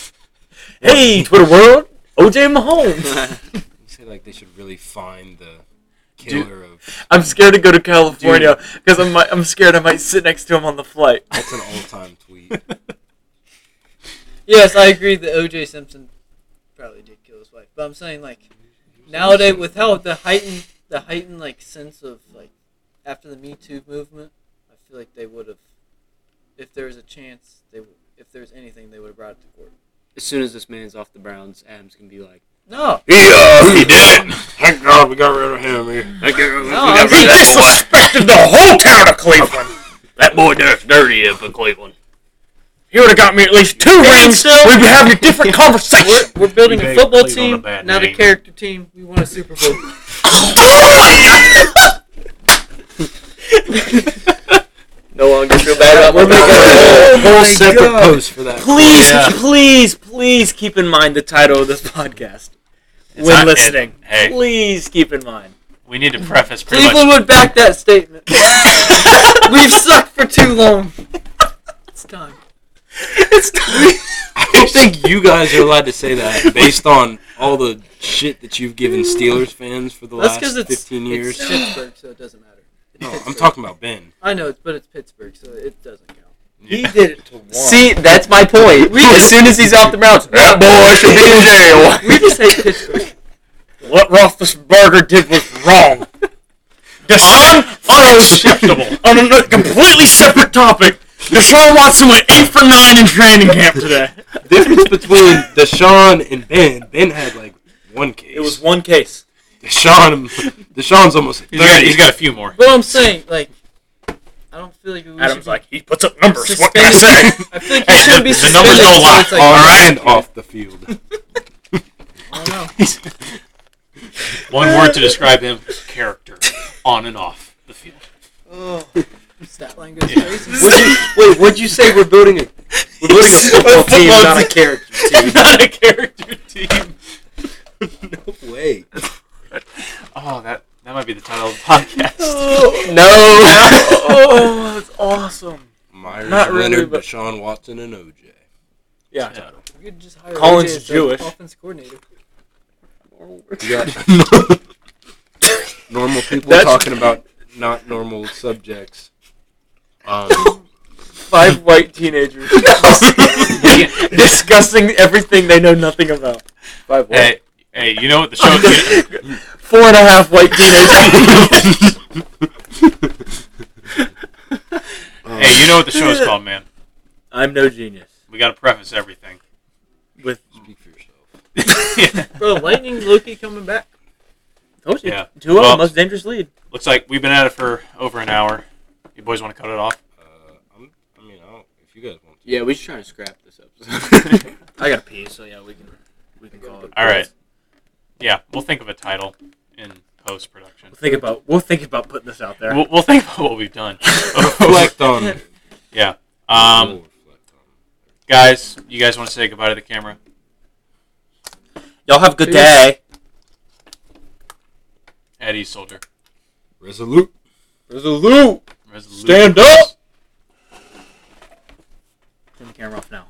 Hey, Twitter world, OJ Mahomes.
he said like they should really find the killer of.
I'm scared to go to California because I'm I'm scared I might sit next to him on the flight.
That's an all-time tweet.
Yes, I agree that O.J. Simpson probably did kill his wife, but I'm saying like nowadays with how the heightened the heightened like sense of like after the Me Too movement, I feel like they would have, if there was a chance, they would, if there's anything they would have brought it to court.
As soon as this man's off the Browns, Adam's gonna be like,
No,
He did.
Thank God we got rid of him. Here.
no, I'm
He
saying-
disrespected the whole town of Cleveland. That boy does dirty up in Cleveland. He would have got me at least two
rings, we'd
be having a different conversation.
we're, we're building
You
a
may
football
plead on a
team,
bad
not a
name.
character team. We won a Super Bowl.
no longer feel bad about
a whole separate post for that.
Oh Please,
Yeah.
please, please keep in mind the title of this podcast
It's not-
when listening.
it- hey.
Please keep in mind.
We need to preface pretty
Cleveland
much.
would back that statement. We've sucked for too long. It's time.
I don't think you guys are allowed to say that based on all the shit that you've given Steelers fans for the last
That's because it's
15
it's
years.
Pittsburgh, so it doesn't matter. It's
No, I'm
Pittsburgh.
talking about Ben.
I know, it's- but it's Pittsburgh, so it doesn't count.
He did it to one.
See, that's my point. as soon as he's off the Browns, that boy should be in jail.
We just hate Pittsburgh.
what Roethlisberger did was wrong.
Unacceptable.
on a completely separate topic, Deshaun Watson went eight for nine in training camp today.
difference between Deshaun and Ben, Ben had like one case.
It was one case.
Deshaun. Deshaun's almost
He's got,
30.
he's got a few more.
But I'm saying, like, I don't feel like we should
Adam's
be
like, he puts up numbers. What can I say?
suspended. I feel like he
Hey,
shouldn't
the-
be
the
suspended.
numbers don't
so it's
lie.
like,
on and off the field.
I don't know.
One word to describe him: character, on and off the field.
Stat line goes
Yeah.
crazy.
Would you, wait, would you say we're building a we're building a football team, not a character team?
Not a character team.
No way.
Oh, that that might be the title of the podcast.
No.
oh, that's awesome.
Myers,
Not really,
Leonard,
but-
Deshaun Watson, and OJ.
Yeah.
Yeah.
You could just hire
Colin's
OJ as the
Jewish.
offense coordinator.
You got normal people
That's-
talking about not normal subjects. Um,
Five white teenagers discussing everything they know nothing about. Five
hey, hey, you know what the show?
Four and a half white teenagers.
um,
hey, you know what the show is called, man.
I'm no genius.
We got to preface everything.
with
Speak for yourself.
Yeah.
bro Lightning Loki coming back. Those are
Yeah.
two of
Well-
the most dangerous lead.
Looks like we've been at it for over an hour. You boys want to cut it off?
Uh, I'm, I mean, I don't, if you guys want to.
Yeah, we should try to scrap this episode.
I gotta pee, so yeah, we can we can call it.
All right. Yeah, we'll think of a title in post production.
We'll think about we'll think about putting this out there.
We'll, we'll think about what we've done.
Reflect on it.
yeah.
We'll
Um,
reflect on it.
guys, you guys want to say goodbye to the camera?
Y'all have a good
Peace.
day.
Eddie Soldier.
Resolute.
Resolute.
Resolute.
Stand up! Turn the camera off now.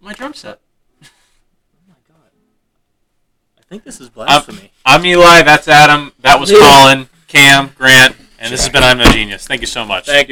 My drum set.
Oh my god. I think this is
blasphemy.
blasphemy.
I'm Eli. That's Adam. That was Colin, Cam, Grant, and this has been I'm No Genius. Thank you so much.
Thank